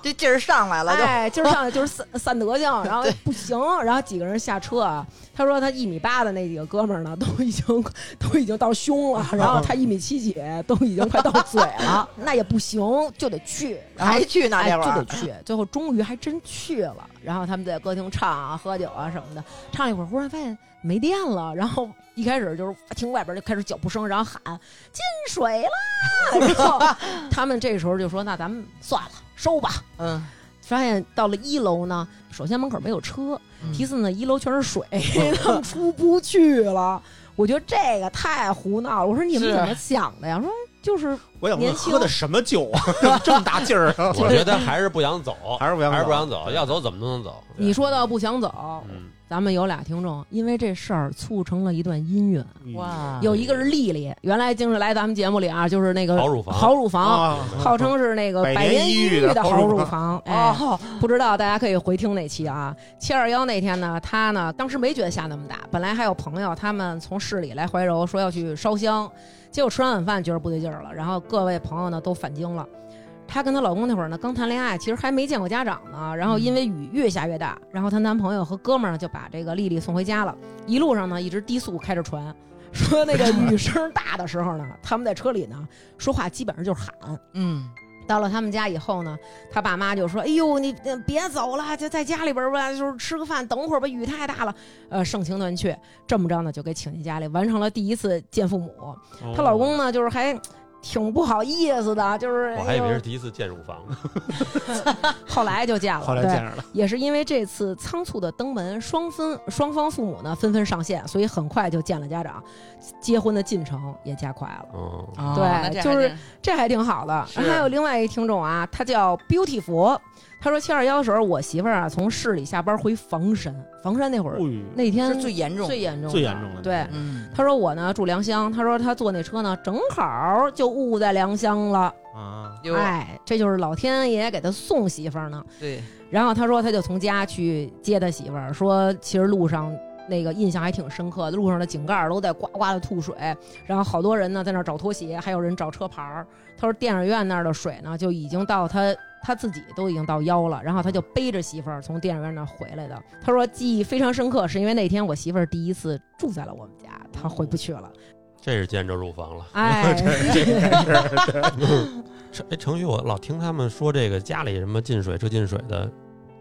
这劲儿上 来了，就
哎，今儿上来就是散散德 性，然后不行，然后几个人下车啊。他说他一米八的那几个哥们儿呢，都已经 都已经到胸 了，然后他一米七几，都已经快到嘴了，那也不行，就得去。然后
还去呢，
哎，
这会
就
儿啊
得去。最后终于还真去了，然后他们在歌厅唱啊、喝酒啊什么的，唱一会儿，忽然发现没电了，然后一开始就是听外边就开始脚步声，然后喊进水 啦，然后他们这时候就说：“那咱们算了，收吧。”
嗯，
发现到了一楼呢，首先门口没有车，
嗯
其次呢，一楼全是水， 他们出不去了。我觉得这个太胡闹了。我说你们
是啊
怎么想的呀？说就是
我想问
年轻
喝的什么酒啊？ 这么大劲儿啊，
我觉得还是不想走，
还是不想
还是不想
走
走，要走怎么都能走。
你说到不想走，
嗯，
咱们有俩听众，因为这事儿促成了一段姻缘。
哎
哇，
有一个是丽丽，原来竟是来咱们节目里啊，就是那个
好乳房
好乳房，
啊！
号称是那个
百
百
年
年
一
一
遇
遇
的
的
好
好
乳
乳
房
房。哎，
哦，
不知道大家可以回听那期啊。七二幺那天呢，他呢当时没觉得下那么大，本来还有朋友他们从市里来怀柔说要去烧香，结果吃完晚饭觉得不对劲儿了，然后各位朋友呢都返京了。她跟她老公那会儿呢，刚谈恋爱，其实还没见过家长呢。然后因为雨越下越大，然后她男朋友和哥们儿呢就把这个丽丽送回家了。一路上呢，一直低速开着船，说那个雨声大的时候呢，他们在车里呢说话基本上就是喊，
嗯，
到了他们家以后呢，他爸妈就说：“哎呦，你呃别走了，就在家里边儿吧，就是吃个饭，等会儿吧，雨太大了。”呃，盛情难却，这么着呢，就给请进家里，完成了第一次见父母。她老公呢，就是还挺不好意思的，就是
我还以
哎
为
呦
是第一次见乳 房呢。
后来就见了，
啊 后来
对
见着了，
也是因为这次仓促的登门，双分双方父母呢纷纷上线，所以很快就见了家长，结婚的进程也加快了。
嗯，
哦
对
那这还
就是
真
这还挺好的。
是
还有另外一听众啊，他叫 Beautiful，他说七二幺的时候，我媳妇儿啊从市里下班回房山，房山那会儿、
物语
那天
是最严重的
最严重
哦最严重的
对。
嗯，
他说我呢住良乡，他说他坐那车呢，正好就误在良乡了。
啊，
有
哎，这就是老天爷给他送媳妇儿呢。
对，
然后他说他就从家去接他媳妇儿，说其实路上那个印象还挺深刻的，路上的井盖儿都在呱呱的吐水，然后好多人呢在那儿找拖鞋，还有人找车牌儿。他说电影院那儿的水呢就已经到他。他自己都已经到腰了，然后他就背着媳妇儿从电影院那儿回来的。他说记忆非常深刻，是因为那天我媳妇儿第一次住在了我们家，她回不去了。
这是见着乳房了。
哎，
成哎，成宇，我老听他们说这个家里什么进水、这进水的，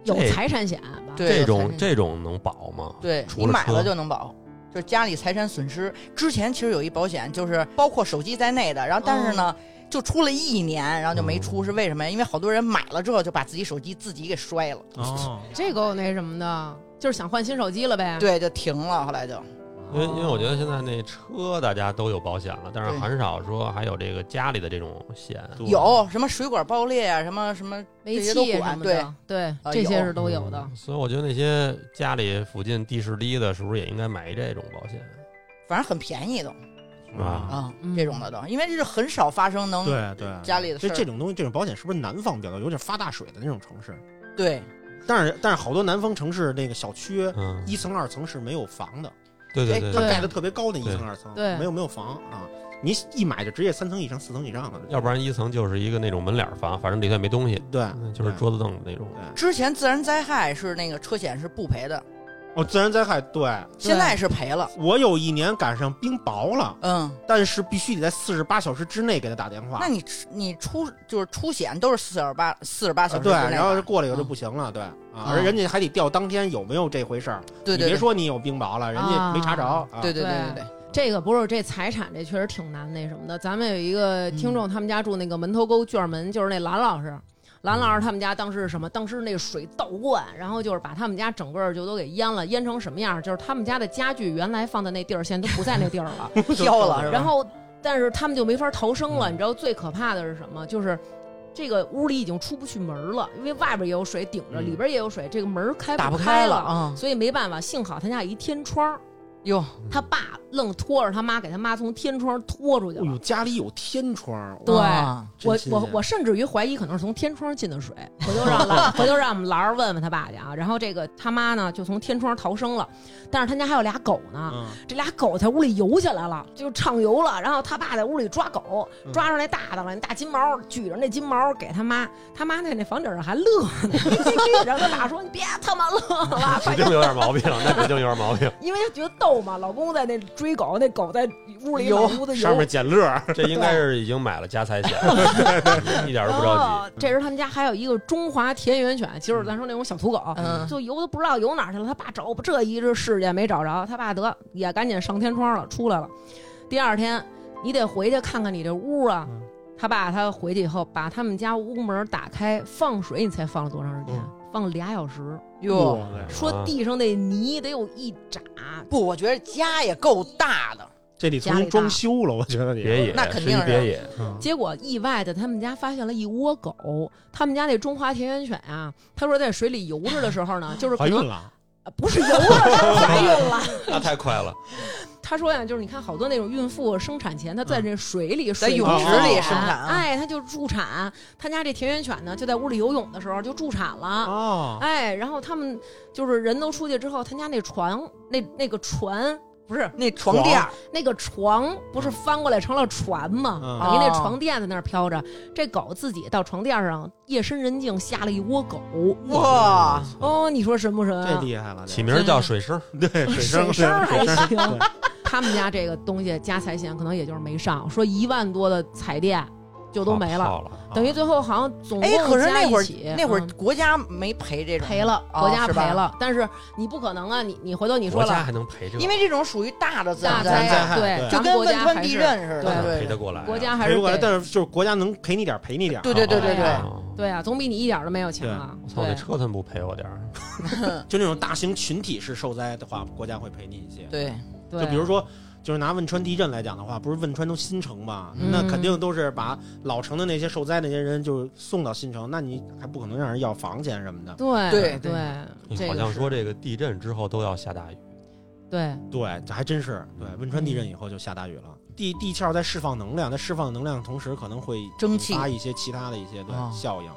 有
这
财产险吧？
对
这
有财
种
产
这种能保吗？
对
除
你
了
买
车
了就能保，就是家里财产损失。之前其实有一保险，就是包括手机在内的，然后但是呢，
嗯
就出了一年，然后就没出，是为什么呀？因为好多人买了之后就把自己手机自己给摔了，
哦，
这够那什么的，就是想换新手机了呗。
对，就停了，后来就
因
哦
为因为我觉得现在那车大家都有保险了，但是
对
很少说还有这个家里的这种险。
对
有什么水管爆裂啊，什么什么
煤
这
气
些都
什
管
么
对
的，对
啊
这些
有
是都有的。
嗯所以我觉得那些家里附近地势低的，是不是也应该买这种保险？
反正很便宜都
是吧？
啊、
嗯
这种的都，因为这是很少发生能
对对，
家里的事
这
儿，
这种东西，这种保险是不是南方比较多？有点发大水的那种城市，
对
但是但是好多南方城市那个小区
嗯，
一层二层是没有房的，
对对对
哎
它
对
盖的特别高的一层
对
二层，
对
没有没有房啊，你一买就直接三层以上、四层以上了，
要不然一层就是一个那种门脸房，反正里头也没东西，
对，
嗯
就是桌子凳子那种。
对
之前自然灾害是那个车险是不赔的，
哦，自然灾害对。
现在是赔了。
我有一年赶上冰雹了，
嗯，
但是必须得在四十八小时之内给他打电话。
那你出你出就是出险都是四十八四十八小
啊
时
对，
之内
然后
吧
过了以后就不行了，对啊，而
啊
人家还得调当天有没有这回事儿。
对
你
对
别
对
说你有冰雹了，人家没查着。
啊
啊
对对对对对，
这个不是这财产，这确实挺难那什么的。咱们有一个
嗯
听众，他们家住那个门头沟卷门，就是那兰老师。兰
嗯
老师他们家当时是什么？当时那水倒灌，然后就是把他们家整个就都给淹了，淹成什么样？就是他们家的家具原来放在那地儿，现在都不在那地儿了。
飘了是吧？嗯
然后，但是他们就没法逃生了。你知道最可怕的是什么？就是这个屋里已经出不去门了，因为外边也有水顶着，
嗯
里边也有水，这个门开
打不
开
开了啊
所以没办法。幸好他家有一天窗，
哟，
嗯
他爸愣拖着他妈，给他妈从天窗拖出去
哎呦，
了。
家里有天窗，
对
啊
我
真新鲜
我我甚至于怀疑可能是从天窗进的 水，回头让兰回头让我们兰儿问问他爸去啊。然后这个他妈呢就从天窗逃生了，但是他家还有俩狗呢，
嗯
这俩狗在屋里游起来了，就畅游了。然后他爸在屋里抓狗，
嗯
抓着那大的了，那大金毛，举着那金毛给他妈，他妈在那房顶上还乐呢。 然后他爸说：“你别他妈乐了，
指定有点毛病，那指定有点毛病。
因为他觉得逗嘛。”老公在那追狗，那狗在屋里满屋子游。
上面捡乐儿，
这应该是已经买了家财 险，一点儿都不着
哦，这时候他们家还有一个中华田园犬，就是咱说那种小土狗，
嗯
就游都不知道游哪儿去了。他爸找这一日事件没找着，他爸得也赶紧上天窗了，出来了。第二天你得回去看看你这屋啊。
嗯
他爸他回去以后，把他们家屋门打开放水，你猜放了多长时间？放俩小时。
哟，
急。
说地上那泥得有一拃，
不，我觉得家也够大的，
这得重新装修了，我觉得得
别野，
那肯定
是
是
一别野，
嗯
结果意外的，他们家发现了一窝狗。他们家那中华田园犬啊，他说在水里游着的时候 呢，就是可
怀孕
能
了，
啊不是游着，她怀孕了。
那太快了。
他说呀，就是你看好多那种孕妇生产前，她在这水里、
在
水
泳
中
池
生
里
生产啊
哎，她就助产。他家这田园犬呢，就在屋里游泳的时候就助产了。
哦，
哎，然后他们就是人都出去之后，他家那床那那个船不是
那床垫儿
那个床不是翻过来成了船吗？
嗯
等于那
哦
床垫在那儿飘着，这狗自己到床垫上夜深人静下了一窝狗。
哇，
哦，你说神不神、
这
嗯
啊？
厉害了，
起名儿叫水生，
这对水
水
声
声儿还
水声
行。他们家这个东西加财险可能也就是没上，说一万多的彩电就都没了，
泡哦了。啊
等于最后好像总
哎，
共
可是
加
那会
一
儿
起
那会儿
嗯
国家没赔这种，
赔了，
哦
国家赔
是吧
了。但是你不可能啊，你你回头你说
国家
了
还能赔这个，
因为这种属于大的自
大
然
灾啊
灾
害
害，
对
咱们
就跟
国
汶
家
川
还
地
是
震似
对
的，
赔
对
得过来啊，
国家还
赔
是
不过来，
得
但是就是国家能赔你点儿赔你点儿，
对对对
对
对对，
哦
对啊，总比你一点儿都没有强啊。
我操，
对
那车他们不赔我点儿，
就那种大型群体式受灾的话，国家会赔你一些，
对，
对，
就比如说。就是拿汶川地震来讲的话，不是汶川都新城嘛，
嗯
那肯定都是把老城的那些受灾那些人就送到新城，那你还不可能让人要房钱什么的。
对
对
对，这
好
个
像
是
说这个地震之后都要下大雨，
对
对，这还真是对。汶川地震以后就下大雨了，地地壳在释放能量，在释放能量的同时，可能会
蒸汽
引发一些其他的一些对、
哦
效应、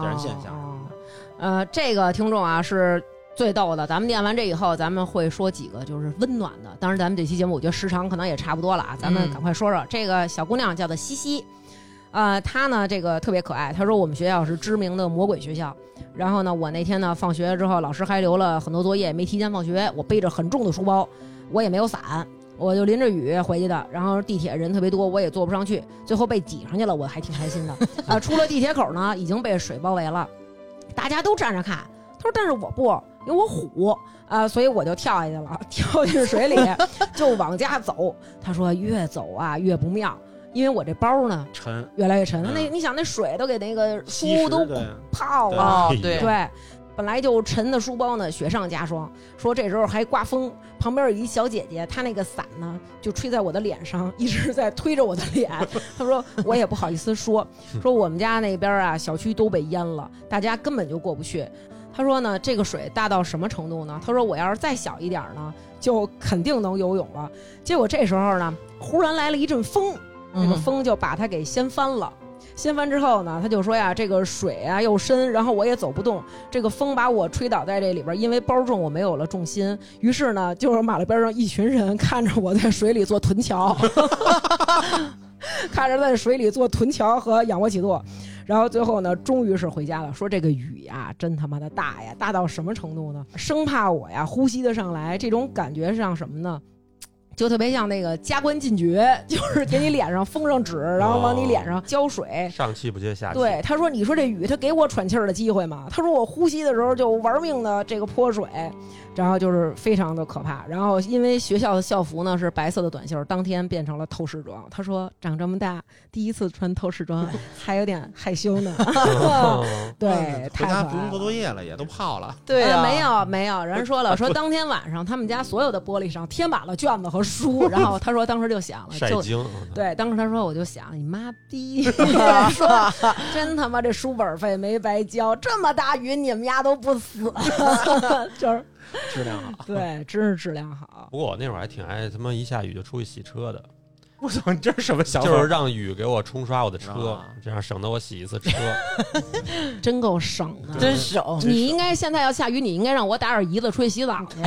自然现象什
哦
么的。
呃，这个听众啊是最逗的。咱们念完这以后，咱们会说几个就是温暖的。当然，咱们这期节目我觉得时长可能也差不多了啊，咱们
嗯
赶快说说、这个小姑娘叫做西西。呃，她呢，这个特别可爱。她说我们学校是知名的魔鬼学校。然后呢，我那天呢放学之后，老师还留了很多作业，没提前放学。我背着很重的书包，我也没有伞，我就淋着雨回去的。然后地铁人特别多，我也坐不上去，最后被挤上去了，我还挺开心的。啊，出了地铁口呢，已经被水包围了，大家都站着看。他说：“但是我不，因为我虎啊、所以我就跳下去了，跳进水里就往家走。”他说：“越走啊越不妙，因为我这包呢
沉
越来越沉。那
嗯
你想，那水都给那个
吸食
书都
对
泡了，
哦
对
对，
对，本来就沉的书包呢，雪上加霜。说这时候还刮风，旁边有一小姐姐，她那个伞呢就吹在我的脸上， 一直在推着我的脸。 她说我也不好意思说，说我们家那边啊小区都被淹了，大家根本就过不去。她说呢，这个水大到什么程度呢？她说我要是再小一点呢，就肯定能游泳了。结果这时候呢，忽然来了一阵风，那个
嗯
风就把它给掀翻了。掀翻之后呢，他就说呀，这个水啊又深，然后我也走不动，这个风把我吹倒在这里边，因为包重，我没有了重心。于是呢，就是马路边上一群人 看着我在水里做臀桥， 看着在水里做臀桥和仰卧起坐。然后最后呢，终于是回家了。说这个雨呀，真他妈的大呀，大到什么程度呢？生怕我呀呼吸得上来，这种感觉像什么呢？就特别像那个加官进爵， 就是给你脸上封上纸，然后往你脸上浇水，
上气不接下气。
对，，他说：“你说这雨，他给我喘气儿的机会吗？”他说：“我呼吸的时候就玩命的这个泼水，然后就是非常的可怕。然后因为学校的校服呢是白色的短袖，当天变成了透视装。他说长这么大第一次穿透视装，还有点害羞 呢。哦
嗯
对，
嗯回
太
家
可
不用
爱
做
了。”
作业了，也都泡 了。
对
呃
啊，
没有没有，人说了说当天晚上他们家所有的玻璃上贴满了卷子和书，然后他说当时就想了，
晒嗯
就
精。
对，当时他说，我就想你妈 逼，说真他妈这书本费没白交，这么大雨你们家都不 死，就是
质量好。
对，真是质量好。
不过我那会儿还挺爱他妈一下雨就出去洗车的，
我操，你这是什么想法？
就是让雨给我冲刷我的车
啊，
这样省得我洗一次 车。
真够省的。
真省。
你应该现在要下雨，你应该让我打点姨子出去洗澡去。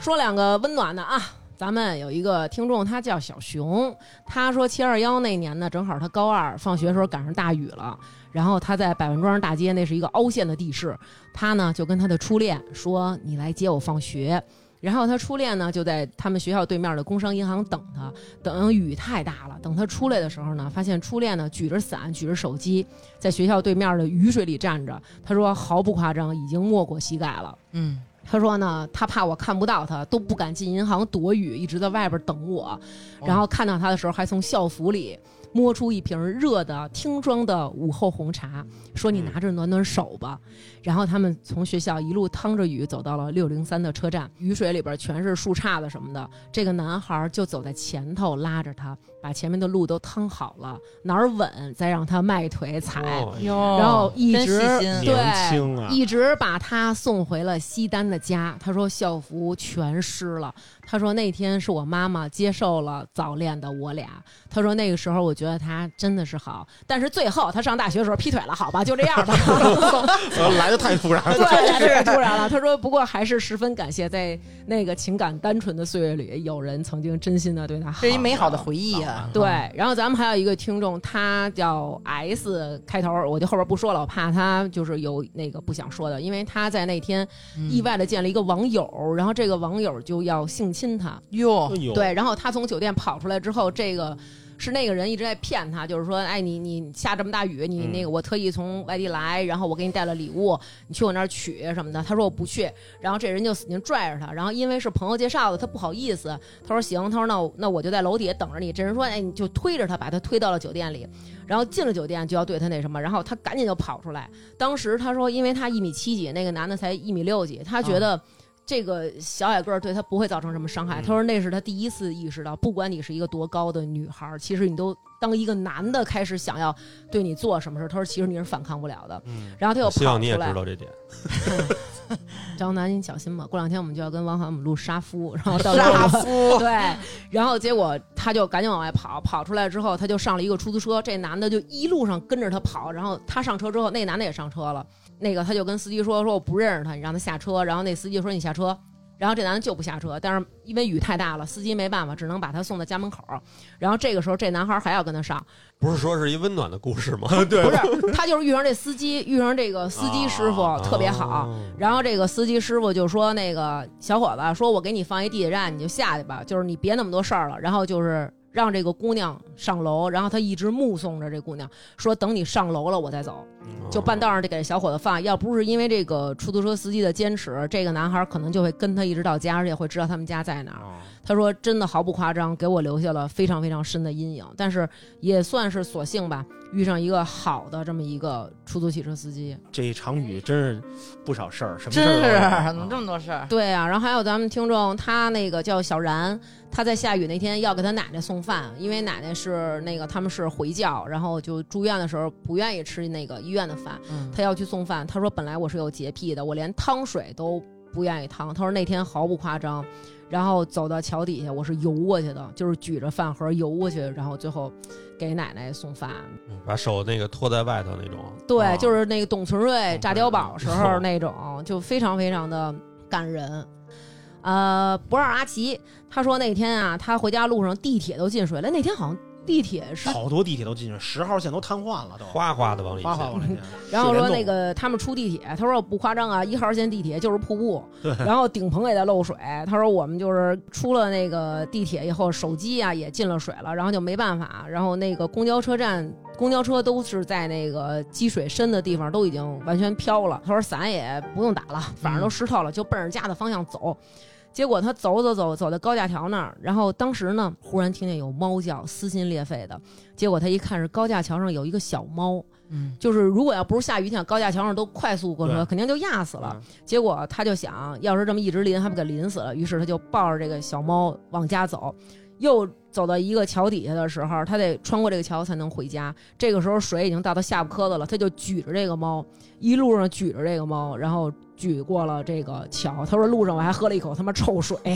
说两个温暖的啊，咱们有一个听众，他叫小熊，他说七二幺那年呢，正好他高二放学的时候赶上大雨了，然后他在百万庄大街，那是一个凹陷的地势，他呢就跟他的初恋说：“你来接我放学。”然后他初恋呢就在他们学校对面的工商银行等他，等雨太大了，等他出来的时候呢，发现初恋呢举着伞举着手机，在学校对面的雨水里站着。他说毫不夸张，已经没过膝盖了。
嗯，
他说呢，他怕我看不到他，都不敢进银行躲雨，一直在外边等我。然后看到他的时候，还从校服里摸出一瓶热的听装的午后红茶，说你拿着暖暖手吧。然后他们从学校一路趟着雨走到了六零三的车站，雨水里边全是树杈子什么的。这个男孩就走在前头，拉着他，把前面的路都趟好了，哪儿稳再让他迈腿踩。
哦
哟
然后一直
真细心
对
年轻啊
一直把他送回了西单的家。他说校服全湿了。他说那天是我妈妈接受了早恋的我俩。他说那个时候我觉得他真的是好，但是最后他上大学的时候劈腿了，好吧，就这样吧。
呃来的太突然了。
对，这个突然了。他说，不过还是十分感谢，在那个情感单纯的岁月里，有人曾经真心的对他好。
这一美好的回忆啊，
对，然后咱们还有一个听众，他叫 S 开头，我就后边不说了，我怕他就是有那个不想说的，因为他在那天意外的见了一个网友，然后这个网友就要性侵他，
哟，
哎呦，
对，然后他从酒店跑出来之后，这个是那个人一直在骗他，就是说，哎，你你下这么大雨，你那个我特意从外地来，然后我给你带了礼物，你去我那儿取什么的。他说我不去，然后这人就死劲拽着他，然后因为是朋友介绍的，他不好意思，他说行，他说那我那我就在楼底下等着你。这人说，哎，你就推着他，把他推到了酒店里。然后进了酒店就要对他那什么，然后他赶紧就跑出来。当时他说，因为他一米七几，那个男的才一米六几，他
啊
觉得这个小矮个儿对他不会造成什么伤
嗯
害。他说那是他第一次意识到，不管你是一个多高的女孩儿，其实你都当一个男的开始想要对你做什么事儿，他说其实你是反抗不了的。
嗯，
然后他又
我
跑出
希
来，
望你也知道这点。
张楠，你小心吧，过两天我们就要跟王涵我们录杀夫，然后到时候
拉 夫，
对，然后结果他就赶紧往外跑，跑出来之后，他就上了一个出租车，这男的就一路上跟着他跑，然后他上车之后，那男的也上车了，那个他就跟司机说，说我不认识他，你让他下车，然后那司机说你下车。然后这男的就不下车，但是因为雨太大了，司机没办法，只能把他送到家门口。然后这个时候，这男孩还要跟他上，
不是说是一温暖的故 事吗？
对
不是他就是遇上这司机，遇上这个司机师傅
啊
特别好，
哦
然后这个司机师傅就说：“那个小伙子，说我给你放一地铁站，你就下去吧，就是你别那么多事儿了。”然后就是让这个姑娘上楼，然后他一直目送着这姑娘，说：“等你上楼了，我再走。”就半道上就给这小伙子放，要不是因为这个出租车司机的坚持，这个男孩可能就会跟他一直到家，而且会知道他们家在哪儿。
哦
他说：“真的毫不夸张，给我留下了非常非常深的阴影。但是也算是所幸吧，遇上一个好的这么一个出租汽车司机。”
这一场雨真是不少事儿，什么事
真是
儿
怎么这
么
么多事儿？
对啊，然后还有咱们听众，他那个叫小然，他在下雨那天要给他奶奶送饭，因为奶奶是那个他们是回教，然后就住院的时候不愿意吃那个医院的饭，
嗯
他要去送饭。他说本来我是有洁癖的，我连汤水都。不愿意趟。他说那天毫不夸张，然后走到桥底下，我是游过去的，就是举着饭盒游过去，然后最后给奶奶送饭。
嗯把手那个托在外头那种。
对，
啊
就是那个董存瑞
嗯
炸碉堡时候
嗯
那种，就非常非常的感人。呃，不让阿奇，他说那天啊，他回家路上地铁都进水了，那天好像地铁是
啊好多地铁都进去，十号线都瘫痪了，都
哗哗的往里
哗哗往
进。
里进。
然后说
水帘洞
那个他们出地铁，他说不夸张啊，一号线地铁就是瀑布，然后顶棚也在漏水。他说我们就是出了那个地铁以后，手机啊也进了水了，然后就没办法。然后那个公交车站，公交车都是在那个积水深的地方，都已经完全飘了。他说伞也不用打了，反正都湿透了，就奔着家的方向走。结果他走走走走到高架桥那儿，然后当时呢，忽然听见有猫叫，撕心裂肺的。结果他一看是高架桥上有一个小猫，
嗯，
就是如果要不是下雨天，高架桥上都快速过车，
对
肯定就压死了。
嗯
结果他就想，要是这么一直淋，还不给淋死了？于是他就抱着这个小猫往家走，又走到一个桥底下的时候，他得穿过这个桥才能回家。这个时候水已经到他下巴磕子了，他就举着这个猫，一路上举着这个猫，然后举过了这个桥。他说路上我还喝了一口他妈臭水。
哎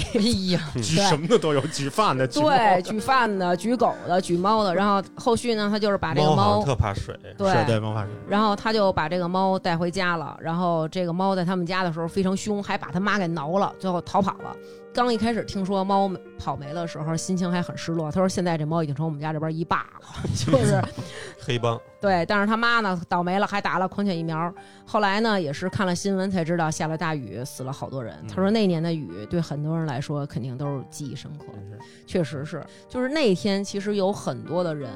呀，
举什么的都有，举饭的，举
对，举饭的，举狗的，举猫的，然后后续呢，他就是把这个
猫好
猫
像特怕水，
对
是对猫发水，
然后他就把这个猫带回家了。然后这个猫在他们家的时候非常凶，还把他妈给挠了，最后逃跑了。刚一开始听说猫跑没了的时候，心情还很失落。他说现在这猫已经成我们家这边一霸了， 就是
黑帮
对。但是他妈呢倒霉了，还打了狂犬疫苗。后来呢也是看了新闻才知道，下了大雨死了好多人。他说那年的雨对很多人来说肯定都是记忆深刻的。确实是，就是那天其实有很多的人，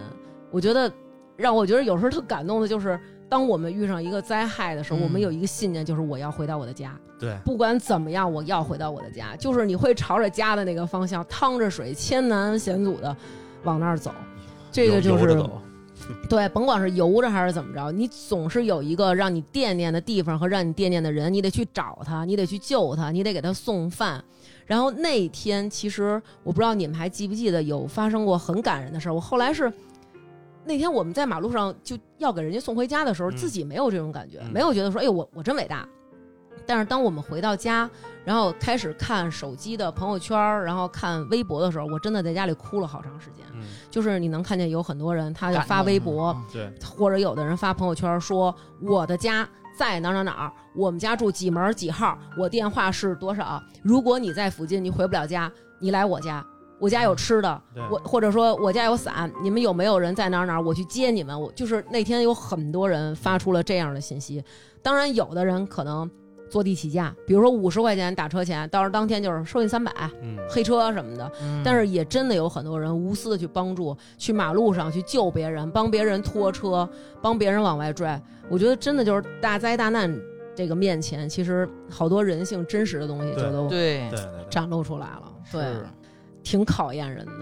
我觉得让我觉得有时候特感动的就是，当我们遇上一个灾害的时候，
嗯
我们有一个信念，就是我要回到我的家，
对，
不管怎么样，我要回到我的家，就是你会朝着家的那个方向，趟着水，千难险阻的往那儿走。这个就
游游着
是
走
对，甭管是游着还是怎么着，你总是有一个让你惦念的地方和让你惦念的人，你得去找他，你得去救他，你得给他送饭。然后那天其实我不知道你们还记不记得有发生过很感人的事儿。我后来是那天我们在马路上就要给人家送回家的时候，
嗯
自己没有这种感觉，
嗯
没有觉得说哎呦我我真伟大。但是当我们回到家，然后开始看手机的朋友圈儿，然后看微博的时候，我真的在家里哭了好长时间。
嗯，
就是你能看见有很多人他就
感
发
动
微博，
嗯
对，
或者有的人发朋友圈说我的家在哪儿哪儿哪儿，我们家住几门几号，我电话是多少。如果你在附近，你回不了家，你来我家，我家有吃的，
对
我或者说我家有伞，你们有没有人在哪儿哪儿？我去接你们。我就是那天有很多人发出了这样的信息，当然有的人可能坐地起价，比如说五十块钱打车钱，到时候当天就是收你三百，
嗯，
黑车什么的。但是也真的有很多人无私的去帮助，去马路上去救别人，帮别人拖车，帮别人往外拽。我觉得真的就是大灾大难这个面前，其实好多人性真实的东西就
对
都
对
对，对对，
展露出来了。对，
是啊
挺考验人的。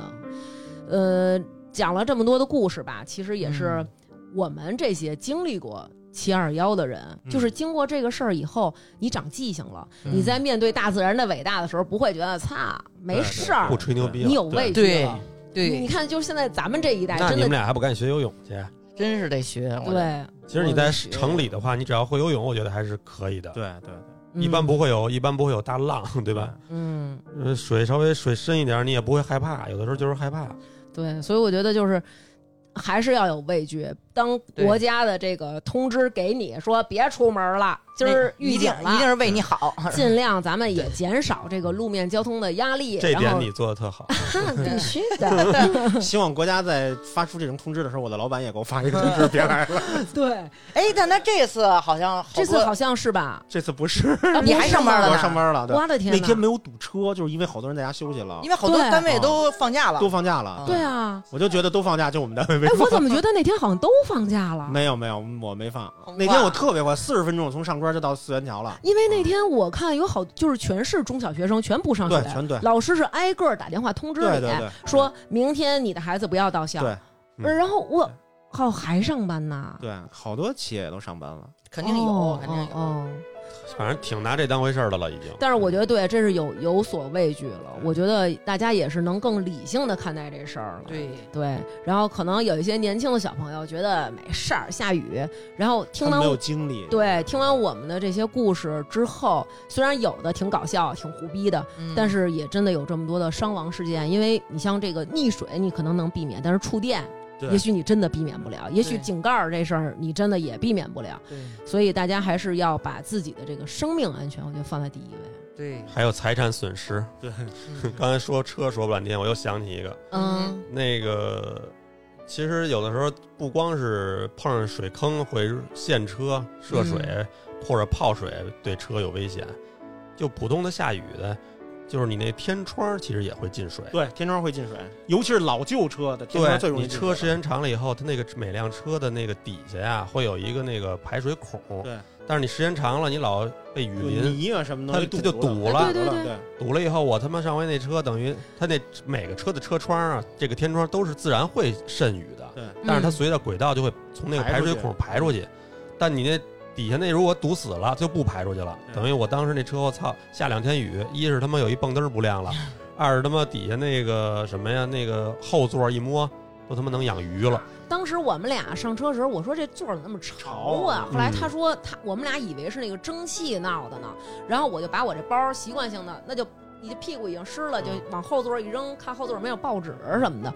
呃，讲了这么多的故事吧，其实也是
嗯
我们这些经历过。七二幺的人，
嗯
就是经过这个事儿以后，你长记性了。
嗯
你在面对大自然的伟大的时候，不会觉得“擦，没
对
事儿
不，吹牛逼了，
啊你有
对
畏惧
对
了。你你
对，
看，就是现在咱们这一代
那
真
你们
的
俩还不赶紧学游泳去？
真是得学，我觉得
对，
其实你在城里的话，你只要会游泳，我觉得还是可以的。
对对对，
一般不会有，一般不会有大浪，对吧？
嗯，
呃，水稍微水深一点，你也不会害怕，有的时候就是害怕。
嗯，对，所以我觉得就是还是要有畏惧。当
对
国家的这个通知给你说别出门了，今儿
一
预
定
警
一定
了。
是为你好，
尽量咱们也减少这个路面交通的压力，
这
然
点
后
你做的特好，
必须的，
希望国家在发出这种通知的时候，我的老板也给我发一 个通知，别来了。
对，
哎，但他这次好像好
这次
多
好像是 吧？
这次不是，
啊
你
不
还
是
上
吗
班了
我
呢
要上班了。对，
我的天
那
哪！
天没有堵车，就是因为好多人在家休息了
因，为好多
对
单位都放假了，
哦都放假了。
对啊，
我就觉得都放假，就我们单位没
哎，
放。
我怎么觉得那天好像都放假了？
没有没有，我没放
哇。
那天我特别快，四十分钟我从上庄就到四元桥了。
因为那天我看有好，就是全是中小学生，全不上学，
对全对
老师是挨个儿打电话通知你，
对对对
说明天你的孩子不要到校。
对
嗯
然后我哦靠，还上班呢，
对，好多企业也都上班了。
肯定有，
哦
肯定有。
哦哦
反正挺拿这当回事儿的了，已经。
但是我觉得对，真是有有所畏惧了。
嗯
我觉得大家也是能更理性的看待这事儿了。
对，
对，然后可能有一些年轻的小朋友觉得没事儿，下雨，然后听
他
完
们没有经历，
对听完我们的这些故事之后，虽然有的挺搞笑、挺胡逼的，
嗯
但是也真的有这么多的伤亡事件。因为你像这个溺水，你可能能避免，但是触电，
对
也许你真的避免不了，也许
对
井盖儿这事儿你真的也避免不了。
对
所以大家还是要把自己的这个生命安全，我觉得放在第一位。
对，
还有财产损失。
对，
刚才说车说半天，我又想起一个，
嗯
嗯
那个其实有的时候不光是碰上水坑会陷车、涉水、或者泡水对车有危险，就普通的下雨的，就是你那天窗其实也会进水。
对，天窗会进水，尤其是老旧车的天窗最容易
你
进
车时
水的。
间长了以后，它那个每辆车的那个底下呀、会有一个那个排水孔。
对，
但是你时间长了，你老被雨
有
淋
泥啊什么
它
东西，
它就堵了
对
对对
对，
堵了以后，我他妈上回那车等于它那每个车的车窗啊，这个天窗都是自然会渗雨的，
对
嗯
但是它随着轨道就会从那个排水孔排出去。但你那底下那如果堵死了，就不排出去了。
对
等于我当时那车，我操，下两天雨，一是他妈有一蹦灯不亮 了，二是他妈底下那个什么呀，那个后座一摸都他妈能养鱼了。
当时我们俩上车时候，我说这座儿怎么那么潮
潮
啊
啊？
后来
嗯
他说他我们俩以为是那个蒸汽闹的呢，然后我就把我这包儿习惯性的那就你的屁股已经湿了，就往后座儿一扔，看后座儿没有报纸什么的。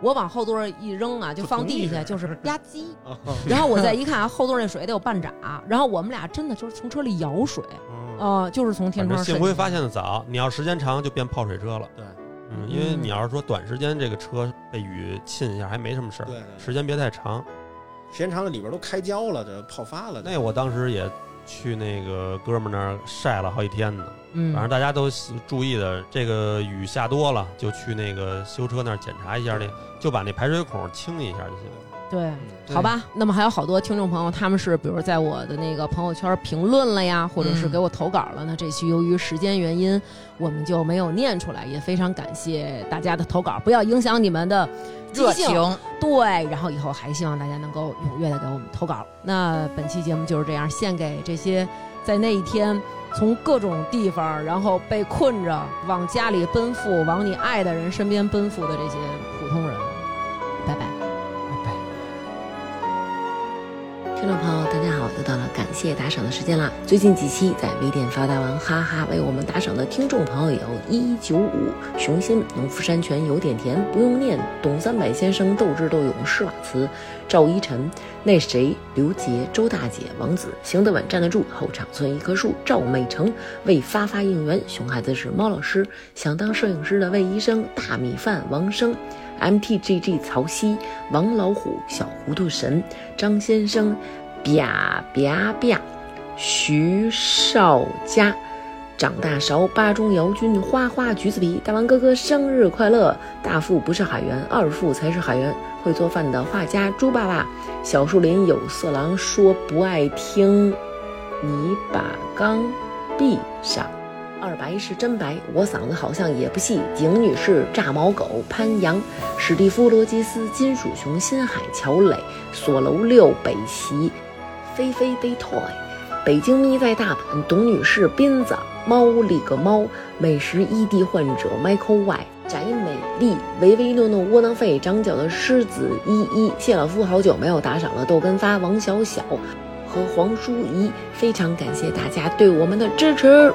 我往后座儿一扔啊，就
就
放
同
地
意
下，
是
就是吧唧。
啊
然后我再一看啊，后座儿那水得有半拃。然后我们俩真的就是从车里舀水，
嗯
啊，就是从天
反
窗
正
渗
幸亏
进来
发现的早，你要时间长就变泡水车了。
对，
嗯，因为
嗯
你要是说短时间这个车被雨浸一下还没什么事儿，
对对
时间别太长。
时间长了里边都开胶了，这泡发了。
那我当时也去那个哥们儿那儿晒了好几天呢。
嗯
反正大家都注意的，这个雨下多了，就去那个修车那儿检查一下那，就把那排水孔清一下就行。
对。
嗯
对
好吧，那么还有好多听众朋友，他们是比如在我的那个朋友圈评论了呀，或者是
嗯
给我投稿了。那这期由于时间原因，我们就没有念出来，也非常感谢大家的投稿，不要影响你们的激
热
情
情。
对，然后以后还希望大家能够踊跃的给我们投稿。那本期节目就是这样，献给这些在那一天从各种地方，然后被困着往家里奔赴，往你爱的人身边奔赴的这些普通人。拜拜。
听众朋友，大家好，又到了感谢打赏的时间啦！最近几期在微店发大王哈哈为我们打赏的听众朋友有：一九五、熊心、农夫山泉有点甜、不用念、董三百先生、斗智斗勇、施瓦茨、赵一晨、那谁、刘杰、周大姐、王子、行得稳、站得住、后场村一棵树、赵美成、为发发应援、熊孩子是猫老师、想当摄影师的魏医生、大米饭、王生、MTGG 曹曦、王老虎、小糊涂神、张先生、bia bia bia、徐少佳、长大勺、巴中姚军、花花、橘子皮、大王哥哥生日快乐！大富不是海员，二富才是海员。会做饭的画家猪爸爸，小树林有色狼说不爱听，你把缸闭上。二白是真白，我嗓子好像也不细。景女士、炸毛狗、潘阳、史蒂夫·罗杰斯、金属熊、新海、乔磊、锁楼六、北齐、菲菲 Day Toy、北京咪在大阪、董女士、斌子、猫里个猫、美食异地患者 Michael Y、翟美丽、唯唯诺诺、窝囊废、长脚的狮子依依、谢老夫好久没有打赏了，豆根发、王小小和黄淑怡，非常感谢大家对我们的支持，